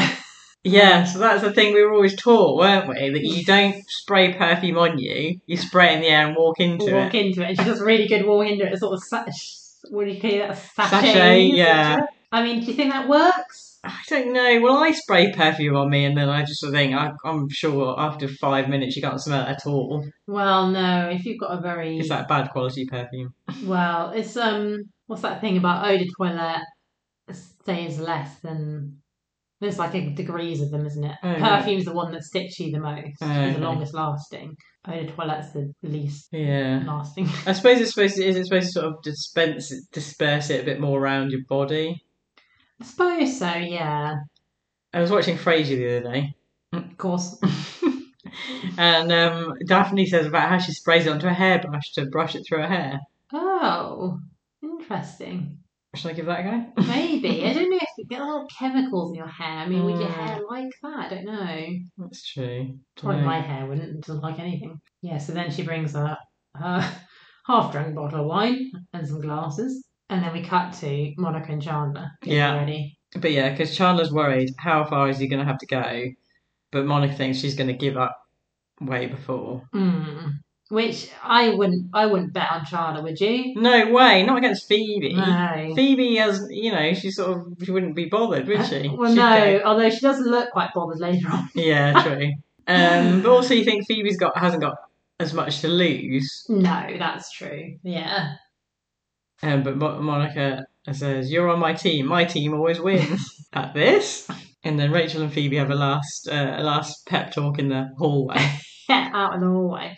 yeah, so that's the thing we were always taught, weren't we? That you don't spray perfume on you. You spray it in the air and walk into
We'll walk
it.
into it. And she does a really good walk into it. It's sort of such. What do you call that? Sachet.
Sachet, yeah.
I mean, do you think that works?
I don't know. Well, I spray perfume on me, and then I just think I, I'm sure after five minutes you can't smell it at all.
Well, no. If you've got a very
It's that bad quality perfume.
well, it's um, what's that thing about eau de toilette stays less than there's like a degrees of them, isn't it?
Oh, yeah.
Perfume's the one that sticks you the most,
Oh,
it's
okay.
the longest lasting. Eau de toilette's the least
Yeah.
lasting.
I suppose it's supposed to, is it supposed to sort of dispense disperse it a bit more around your body.
I suppose so. Yeah,
I was watching Frasier the other day.
of course.
and um, Daphne says about how she sprays it onto a hairbrush to brush it through her hair.
Oh, interesting.
Should I give that a go?
Maybe I don't know if you get a lot of chemicals in your hair. I mean, would your
Mm.
hair like that? I don't know.
That's true.
Probably
Dunno.
my hair wouldn't. It doesn't like anything. Yeah, so then she brings her, her half drunk bottle of wine and some glasses. And then we cut to Monica and Chandler. getting
Yeah.
Ready.
But yeah, because Chandler's worried how far is he going to have to go? But Monica thinks she's going to give up way before.
Mm. Which I wouldn't I wouldn't bet on Chandler, would you?
No way, not against Phoebe.
No.
Phoebe has, you know, she sort of she wouldn't be bothered, would she?
Uh, Well
She'd
no, although she does look quite bothered later on.
go- Yeah, true. um, but also, you think Phoebe's got hasn't got as much to lose.
No, that's true. Yeah.
Um, but Mo- Monica says, "You're on my team. My team always wins." At this, and then Rachel and Phoebe have a last uh, a last pep talk in the hallway.
Yeah, out in the hallway.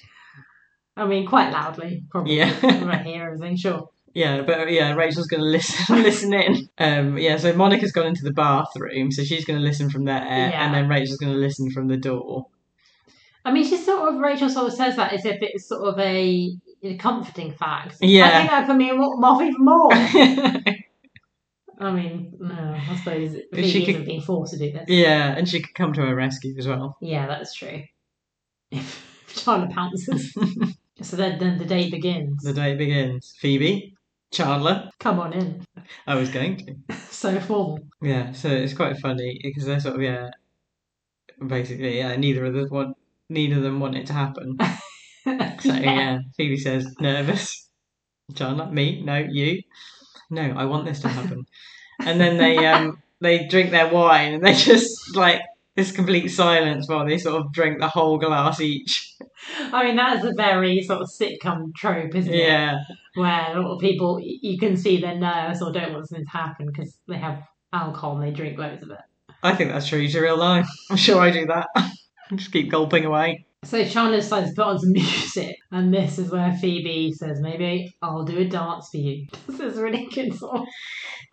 I mean quite loudly, probably.
yeah,
Right here, everything, sure.
yeah, but yeah, Rachel's going to listen listen in. Um, yeah, so Monica's gone into the bathroom, so she's going to listen from there,
Yeah.
and then Rachel's going to listen from the door.
I mean, she sort of Rachel sort of says that as if it's sort of a, a comforting fact.
Yeah.
I think that put me off even more.
yeah,
I mean, no, I suppose
But she
Phoebe
could-
isn't being forced to do this. Yeah,
and she could come to her rescue as well.
that's true. If Charlotte pounces, so then, then the day begins.
The day begins. Phoebe, Chandler.
Come on in.
I was going to.
So formal.
Yeah, so it's quite funny because they're sort of yeah, basically yeah. Neither of them want neither of them want it to happen. So yeah, Phoebe says nervous. John, not me. No, you. No, I want this to happen. and then they um they drink their wine and they just like this complete silence while they sort of drink the whole glass each.
I mean, that is a very sort of sitcom trope, isn't it?
Yeah,
Where a lot of people, y- you can see they're nervous or don't want something to happen because they have alcohol and they drink loads of it.
I think that's true to real life. I'm sure I do that. Just keep gulping away.
So Chandler decides to put on some music, and this is where Phoebe says, "Maybe I'll do a dance for you." This is ridiculous.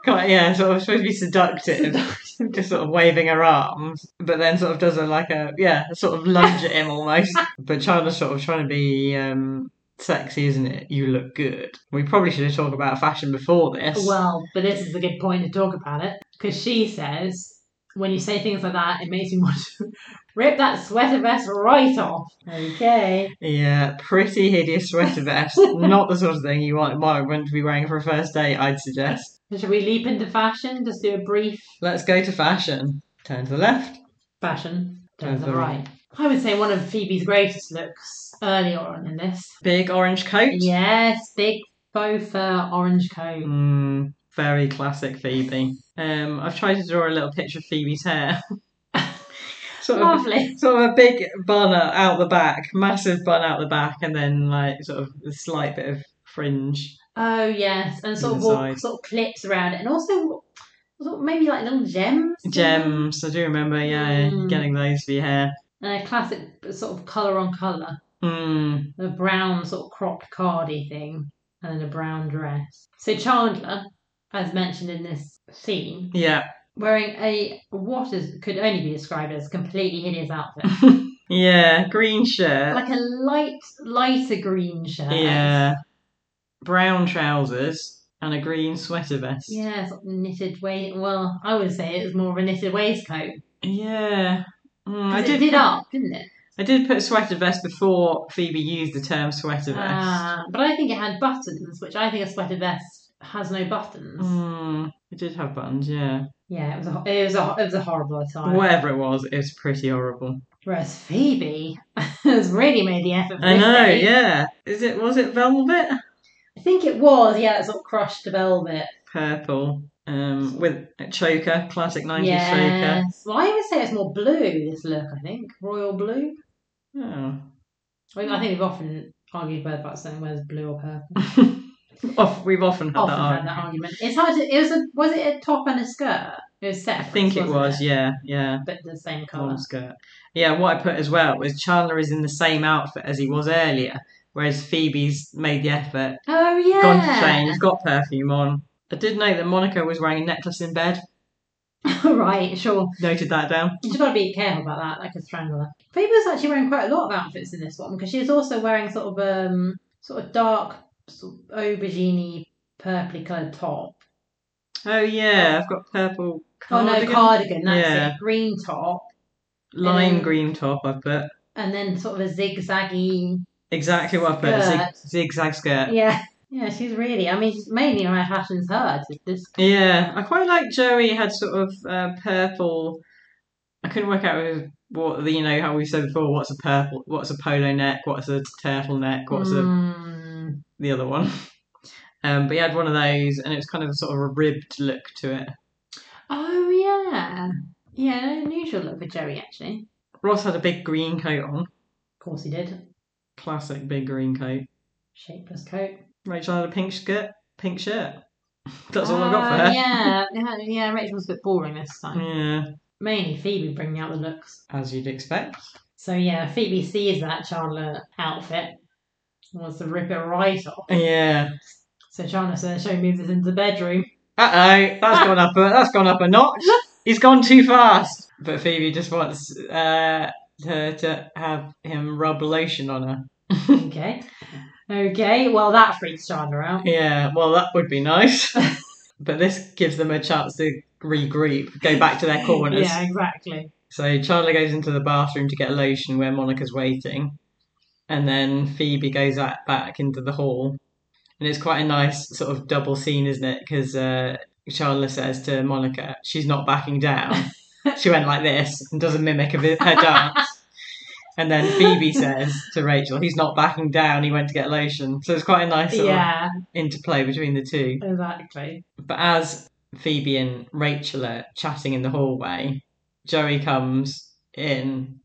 Quite, yeah, sort of supposed to be seductive. just sort of waving her arms, but then sort of does a like a yeah, sort of lunge at him almost. But China's sort of trying to be um sexy, isn't it? You look good. We probably should have talked about fashion before this.
Well, but this is a good point to talk about it because she says, "When you say things like that, it makes me want to rip that sweater vest right off." Okay.
yeah, pretty hideous sweater vest. Not the sort of thing you want might want to be wearing for a first date, I'd suggest.
Should we leap into fashion? Just do a brief
Let's go to fashion. Turn to the left.
fashion. Turn
Turns
to the
the right.
right. I would say one of Phoebe's greatest looks earlier on in this.
Big orange coat.
Yes, big bow fur orange coat.
Mm, very classic Phoebe. Um, I've tried to draw a little picture of Phoebe's hair.
Mm.
sort of,
Lovely.
sort of a big bun out the back, massive bun out the back, and then like sort of a slight bit of fringe.
Oh yes, and sort of
Inside.
walk, sort of clips around it, and also sort of maybe like little gems.
Gems, I do remember, yeah,
Mm.
getting those for your hair.
And a classic uh, sort of color on color,
Mm,
the brown sort of cropped cardy thing, and then a brown dress. So Chandler, as mentioned in this scene,
yeah,
wearing a what is could only be described as completely hideous outfit,
yeah, green shirt,
like a light lighter green shirt.
yeah, brown trousers, and a green sweater vest.
Yeah, sort of knitted waist. Well, I would say it was more of a knitted waistcoat.
yeah. Mm, I
'Cause
did
it did up, didn't it?
I did put sweater vest before Phoebe used the term sweater vest.
Ah, but I think it had buttons, which I think a sweater vest has no buttons.
Mm, it did have buttons, yeah.
Yeah, it was a it was a it was a horrible time.
Whatever it was, it was pretty horrible.
Whereas Phoebe has really made the effort. For
I
this
know,
date.
yeah. Is it was it velvet?
I think it was. Yeah, it's sort of crushed velvet.
Purple. Um with a choker, classic nineties choker.
Yes. Well, I would say it's more blue. This look, I think, royal blue.
Oh.
I, mean, I think we've often argued whether about something whether it's blue or purple.
Off, we've often had
often
that
had
on.
that argument. It's hard to. It was a was it a top and a skirt? It was
I
separate.
think it
wasn't
was, yeah, yeah.
but the same
Long
colour.
skirt. Yeah, what I put as well was Chandler is in the same outfit as he was earlier, whereas Phoebe's made the effort
Oh yeah.
gone to change, got perfume on. I did note that Monica was wearing a necklace in bed.
right, sure.
Noted that down.
You've got to be careful about that, like a strangler. Phoebe was actually wearing quite a lot of outfits in this one because she was also wearing sort of um sort of dark sort of aubergine purpley coloured top.
Oh yeah, I've got purple
Oh
cardigan.
no, cardigan. That's
Yeah.
it. Green top,
lime
Um,
green top. I've put
and then sort of a zigzaggy.
exactly what I put. a
Skirt.
Zig- zigzag skirt.
Yeah, yeah. She's really. I mean, she's mainly around fashion's her. to This
Yeah. I quite like Joey had sort of uh, purple. I couldn't work out with what the you know how we said before. What's a purple? What's a polo neck? What's a turtleneck? What's a,
Mm,
the other one? Um, but he had one of those, and it was kind of sort of a ribbed look to it.
Oh yeah, yeah. An unusual look for Joey actually.
Ross had a big green coat on.
Of course he did.
Classic big green coat.
Shapeless coat.
Rachel had a pink skirt, pink shirt. That's all I got for her.
Uh, yeah, yeah, yeah. Rachel's a bit boring this time.
Yeah,
Mainly Phoebe bringing out the looks.
as you'd expect.
So yeah, Phoebe sees that Chandler outfit and wants to rip it right off.
Yeah.
So Chandler says, "Show me this into the bedroom."
Uh oh, that's gone up. A, that's gone up a notch. He's gone too fast. But Phoebe just wants uh, her to have him rub lotion on her.
okay, okay. Well, that freaks Chandler out.
Yeah. Well, that would be nice. but this gives them a chance to regroup, go back to their corners.
Yeah, exactly.
So Chandler goes into the bathroom to get lotion where Monica's waiting, and then Phoebe goes out back into the hall, and it's quite a nice sort of double scene, isn't it? Because uh, Chandler says to Monica, "She's not backing down." she went like this and does a mimic of it- her dance. And then Phoebe says to Rachel, "He's not backing down. He went to get lotion." So it's quite a nice sort of
yeah,
interplay between the two.
exactly.
But as Phoebe and Rachel are chatting in the hallway, Joey comes in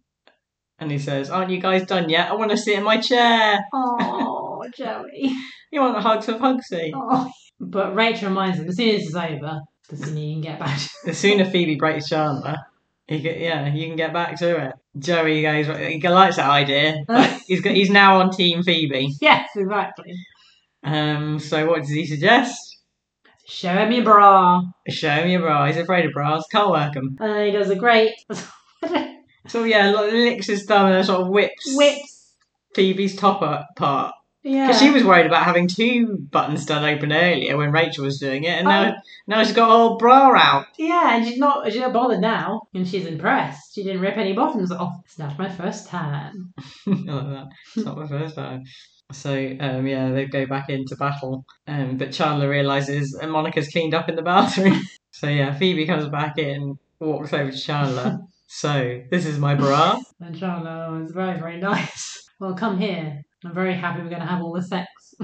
and he says, Aren't you guys done yet? I want to sit in my chair.
Oh, Joey.
You want a hug for Pugsy?
Oh. But Rachel reminds him as soon as it's over, the sooner you can get back.
The sooner Phoebe breaks Chandler, He can, yeah, you can get back to it. Joey goes, he likes that idea. Like, he's got, he's now on Team Phoebe.
Yes, exactly.
Um, so what does he suggest?
Show him your bra.
Show me a bra. He's afraid of bras. Can't work them.
And then he does a great
So yeah, like, licks his thumb and sort of whips
whips.
Phoebe's top up part.
Yeah.
Because she was worried about having two buttons done open earlier when Rachel was doing it, and now now she's got a whole bra out.
Yeah, and she's not she's not bothered now. And she's impressed. She didn't rip any bottoms off. It's not my first time.
I like that. It's not my first time. So um, yeah, they go back into battle, um, but Chandler realizes and Monica's cleaned up in the bathroom. so yeah, Phoebe comes back in, walks over to Chandler. so this is my bra.
And Charlotte was very, very nice. Well, come here. I'm very happy we're gonna have all the sex.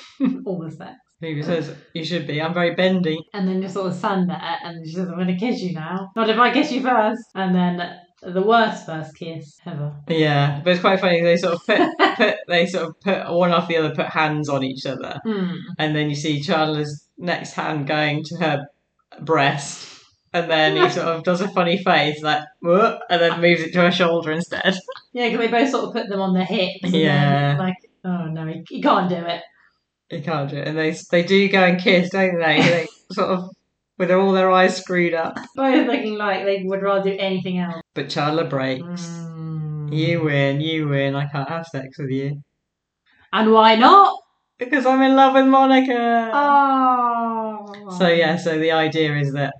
all the sex.
Phoebe says, "You should be. I'm very bendy."
And then just sort of stand there and she says, I'm gonna kiss you now. Not if I kiss you first. And then the worst first kiss ever.
Yeah, but it's quite funny. They sort of put, put they sort of put one off the other, put hands on each other,
Mm.
and then you see Chandler's next hand going to her breast, and then he sort of does a funny face like, "Whoa," and then moves it to her shoulder instead.
Yeah, because they both sort of put them on their hips. and then,
Yeah.
like, oh no, he, he can't do it.
He can't do it, and they they do go and kiss, don't they? They sort of with all their eyes screwed up,
Both looking like they would rather do anything else.
but Chandler breaks.
Mm.
You win, you win. I can't have sex with you
And why not?
because I'm in love with Monica.
Oh.
So yeah, so the idea is that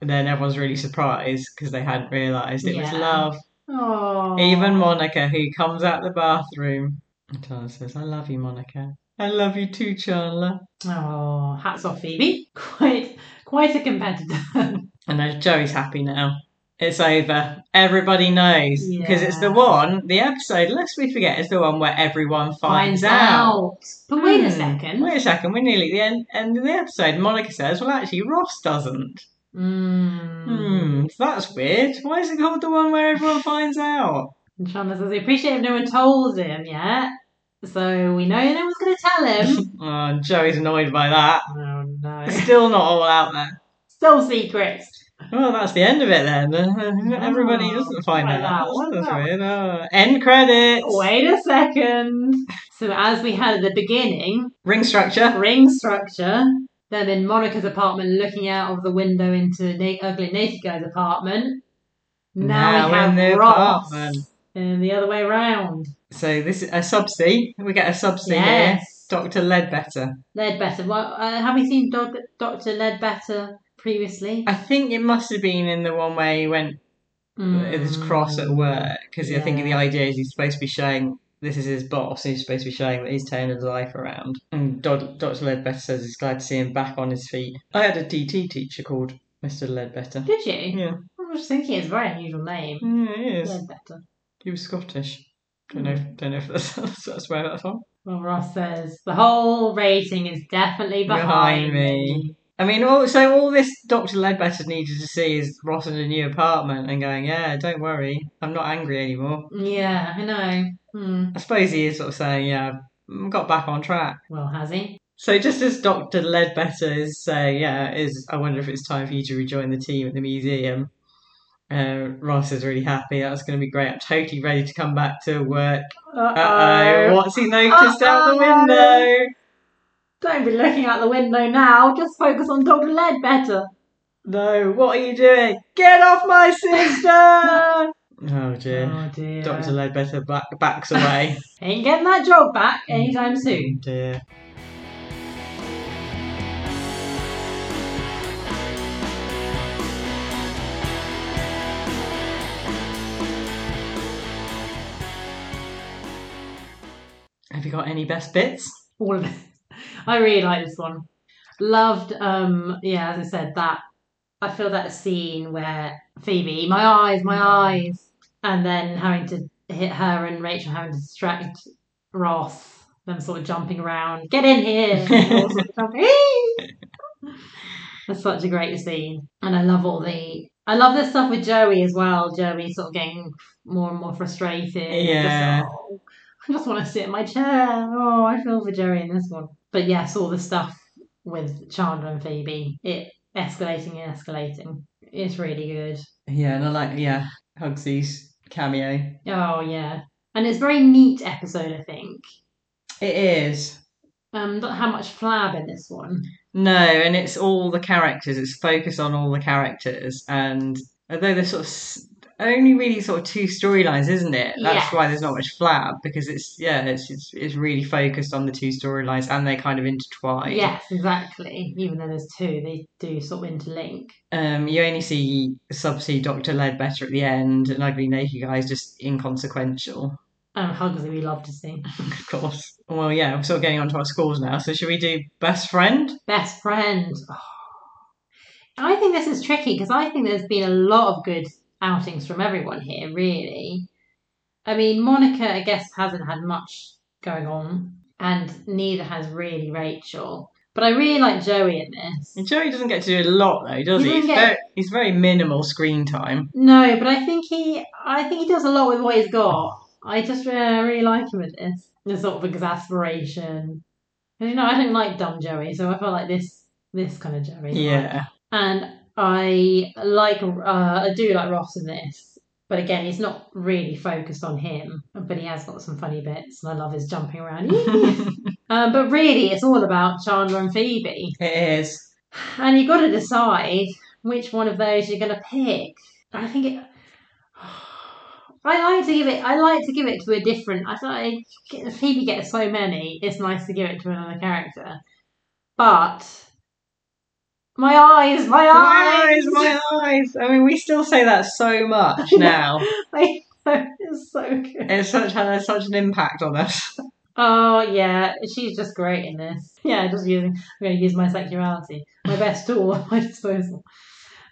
then everyone's really surprised because they hadn't realised it was
Yeah.
love.
Oh.
Even Monica, who comes out the bathroom, and Chandler says, "I love you, Monica. I love you too, Chandler."
Oh, hats off, Phoebe. Quite, quite a competitor.
And now Joey's happy now. It's over. Everybody knows because it's the
Yeah.
one. The episode, lest we forget, is the one where everyone finds, out.
But wait
Hmm.
a second.
Wait a second. We're nearly at the end, end of the episode. Monica says, "Well, actually, Ross doesn't."
Mm.
Hmm, that's weird. Why is it called the one where everyone finds out?
And Chandler says, I appreciate if no one told him yet. So we know no one's going to tell him.
Oh, Joey's annoyed by that.
oh, no.
It's Still not all out there.
Still secrets.
Well, that's the end of it then. Uh, Everybody
Oh,
doesn't find
like
out.
that,
That's-
what
That's,
about-
weird. Oh, End credits.
Wait a second. So, as we had at the beginning,
Ring structure.
ring structure, them in Monica's apartment looking out of the window into na- ugly naked guy's apartment. Now, we
Now in
have
the
Ross.
apartment.
And the other way round.
So this is a subsea. We get a subsea here.
Yes.
Doctor Ledbetter.
Ledbetter. Well, uh, have we seen Doc- Dr. Ledbetter previously?
I think it must have been in the one where he went
Mm.
this cross at work because I think
Yeah.
the idea is he's supposed to be showing this is his boss. He's supposed to be showing that he's turning his life around. And Dod- Dr. Ledbetter says he's glad to see him back on his feet. I had a DT teacher called Mr. Ledbetter.
Did you?
Yeah,
I was thinking it's a very unusual name.
yeah, he is.
Ledbetter.
He was Scottish. Don't know. If, don't know if that's, that's where that's from.
Well, Ross says the whole rating is definitely behind,
Behind me. I mean, all, so all this Dr. Ledbetter needed to see is Ross in a new apartment and going, yeah, don't worry, I'm not angry anymore.
Yeah, I know. Hmm.
I suppose he is sort of saying, yeah, I got back on track.
Well, has he?
So just as Doctor Ledbetter is saying, "Yeah, is I wonder if it's time for you to rejoin the team at the museum." Uh, Ross is really happy. That's going to be great. I'm totally ready to come back to work. Uh oh, what's he noticed out the
Uh-oh.
window?
Don't be looking out the window now. Just focus on Dr. Ledbetter.
No, what are you doing? Get off my sister! oh dear.
Oh dear.
Doctor Ledbetter back, backs away. Oh,
Ain't getting that job back anytime soon.
dear. Have you got any best bits?
All of it. I really like this one. Loved. Um. Yeah. As I said, that I feel that scene where Phoebe, my eyes, my eyes, and then having to hit her and Rachel having to distract Ross. Them sort of jumping around. Get in here. and all sorts of jumping. "Eee!" That's such a great scene, and I love all the. I love this stuff with Joey as well. Joey sort of getting more and more frustrated.
Yeah.
Just, "Oh, I just want to sit in my chair. Oh, I feel for Joey in this one. But yes, all the stuff with Chandler and Phoebe, it escalating and escalating. It's really good.
Yeah, and I like yeah Hugsy's cameo.
Oh yeah, and it's a very neat episode. I think.
It is
Um, not how much flab in this one.
no, and it's all the characters. It's focused on all the characters, and although there's sort of s- only really sort of two storylines, isn't it? That's
Yes.
why there's not much flab because it's yeah it's it's, it's really focused on the two storylines and they kind of intertwine.
Yes, exactly. Even though there's two, they do sort of interlink.
Um, you only see subsea Doctor Ledbetter at the end, and Ugly Naked Guy is just inconsequential,
Um, Hugsley, we love to see
of course. Well, yeah, we're sort of getting onto our scores now. So, should we do best friend?
best friend. Oh. I think this is tricky because I think there's been a lot of good outings from everyone here. Really, I mean, Monica, I guess, hasn't had much going on, and neither has really Rachel. But I really like Joey in this.
And Joey doesn't get to do a lot though, does
He doesn't
he? He's,
get-
very, he's very minimal screen time.
No, but I think he, I think he does a lot with what he's got. I just uh, really like him with this, the sort of exasperation. 'Cause, You know, I don't like dumb Joey, so I felt like this, this kind of Joey.
Yeah,
and I like, uh, I do like Ross in this, but again, he's not really focused on him, but he has got some funny bits, and I love his jumping around.
it
um, but really, it's all about Chandler and Phoebe.
is.
And you've got to decide which one of those you're going to pick. I think it. I like to give it. I like to give it to a different. I thought I, Phoebe gets so many. It's nice to give it to another character, but my eyes, my
My
eyes,
eyes, my eyes. I mean, we still say that so much now.
it's so good.
it's such had such an impact on us.
Oh yeah, she's just great in this. Yeah, just using. I'm going to use my sexuality, my best tool at my disposal.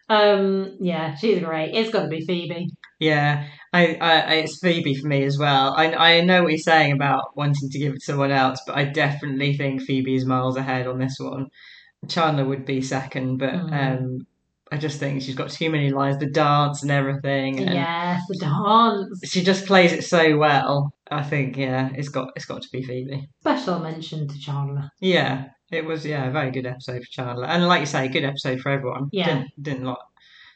Um, yeah, she's great. It's got to be Phoebe.
Yeah, I, I, I- it's Phoebe for me as well. I, I know what you're saying about wanting to give it to someone else, but I definitely think Phoebe is miles ahead on this one. Chandler would be second, but
Mm.
um, I just think she's got too many lines, the dance and everything, and
Yes, the dance.
she just plays it so well. I think yeah, it's got it's got to be Phoebe.
Special mention to Chandler.
Yeah, it was yeah, a very good episode for Chandler, and like you say, good episode for everyone.
Yeah.
didn't didn't like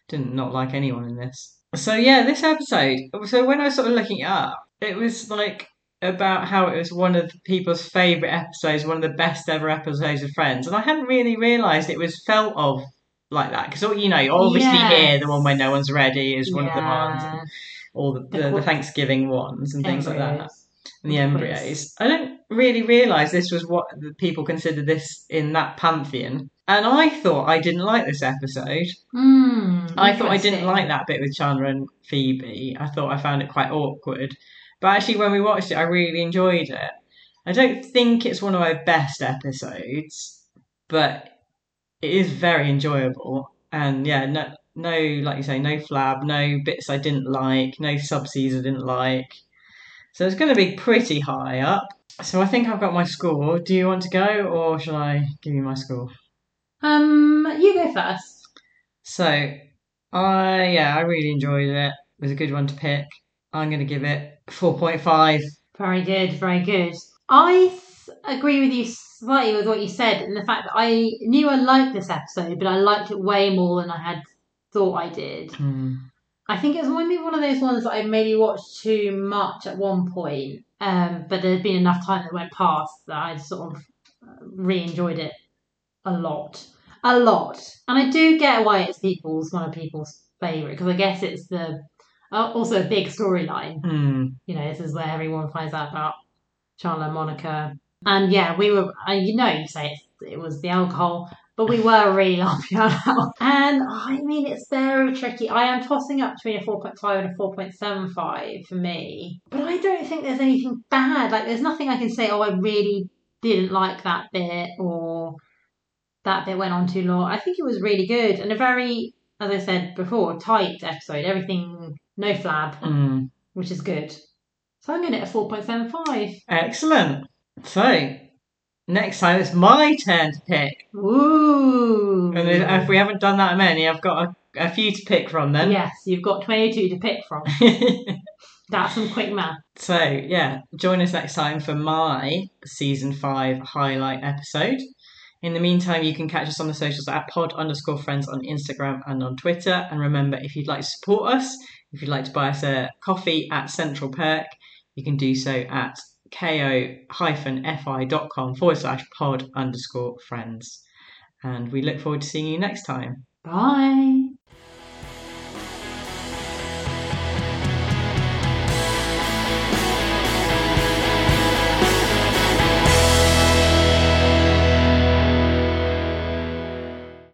didn't not like anyone in this. So yeah, this episode. So when I was sort of looking it up, it was like about how it was one of people's favorite episodes, one of the best ever episodes of Friends, and I hadn't really realized it was felt of like that because you know obviously here the one where no one's ready is one of the ones and all the,
The
the, the
qu-
Thanksgiving ones and things like that
Embryos.
and the
Of course.
embryos. I don't really realise this was what the people considered this in that pantheon. And I thought I didn't like this episode.
Mm,
I thought I didn't
interesting.
like that bit with Chandra and Phoebe. I thought I found it quite awkward. But actually, when we watched it, I really enjoyed it. I don't think it's one of my best episodes, but it is very enjoyable. And yeah, no, no, like you say, no flab, no bits I didn't like, no subseas I didn't like. So it's going to be pretty high up. So I think I've got my score. Do you want to go, or shall I give you my score?
Um, you go first.
So, I yeah, I really enjoyed it. It was a good one to pick. I'm going to give it 4.5.
Very good, very good. I s- agree with you slightly with what you said, and the fact that I knew I liked this episode, but I liked it way more than I had thought I did.
Hmm.
I think it was maybe one of those ones that I maybe watched too much at one point, um, but there'd been enough time that went past that I'd sort of re enjoyed it a lot. A lot. And I do get why it's people's one of people's favourite, because I guess it's the uh, also a big storyline.
Hmm.
You know, this is where everyone finds out about Charlotte and Monica. And yeah, we were, uh, you know, you say it's, it was the alcohol, but we were really laughing out loud. And I mean, it's very tricky. I am tossing up between a 4.5 and a 4.75 for me. But I don't think there's anything bad. Like, there's nothing I can say, oh, I really didn't like that bit or that bit went on too long. I think it was really good and a very, as I said before, tight episode. Everything, no flab
Hmm.
which is good. So I'm going to get a 4.75.
Excellent. So, next time it's my turn to pick.
Ooh.
And if if we haven't done that many, I've got a, a few to pick from then.
Yes, you've got 22 to pick from. That's some quick math.
So, yeah, join us next time for my season five highlight episode. In the meantime, you can catch us on the socials at pod underscore friends on Instagram and on Twitter. And remember, if you'd like to support us, if you'd like to buy us a coffee at Central Perk, you can do so at ko-fi.com forward slash pod underscore friends. And we look forward to seeing you next time.
Bye.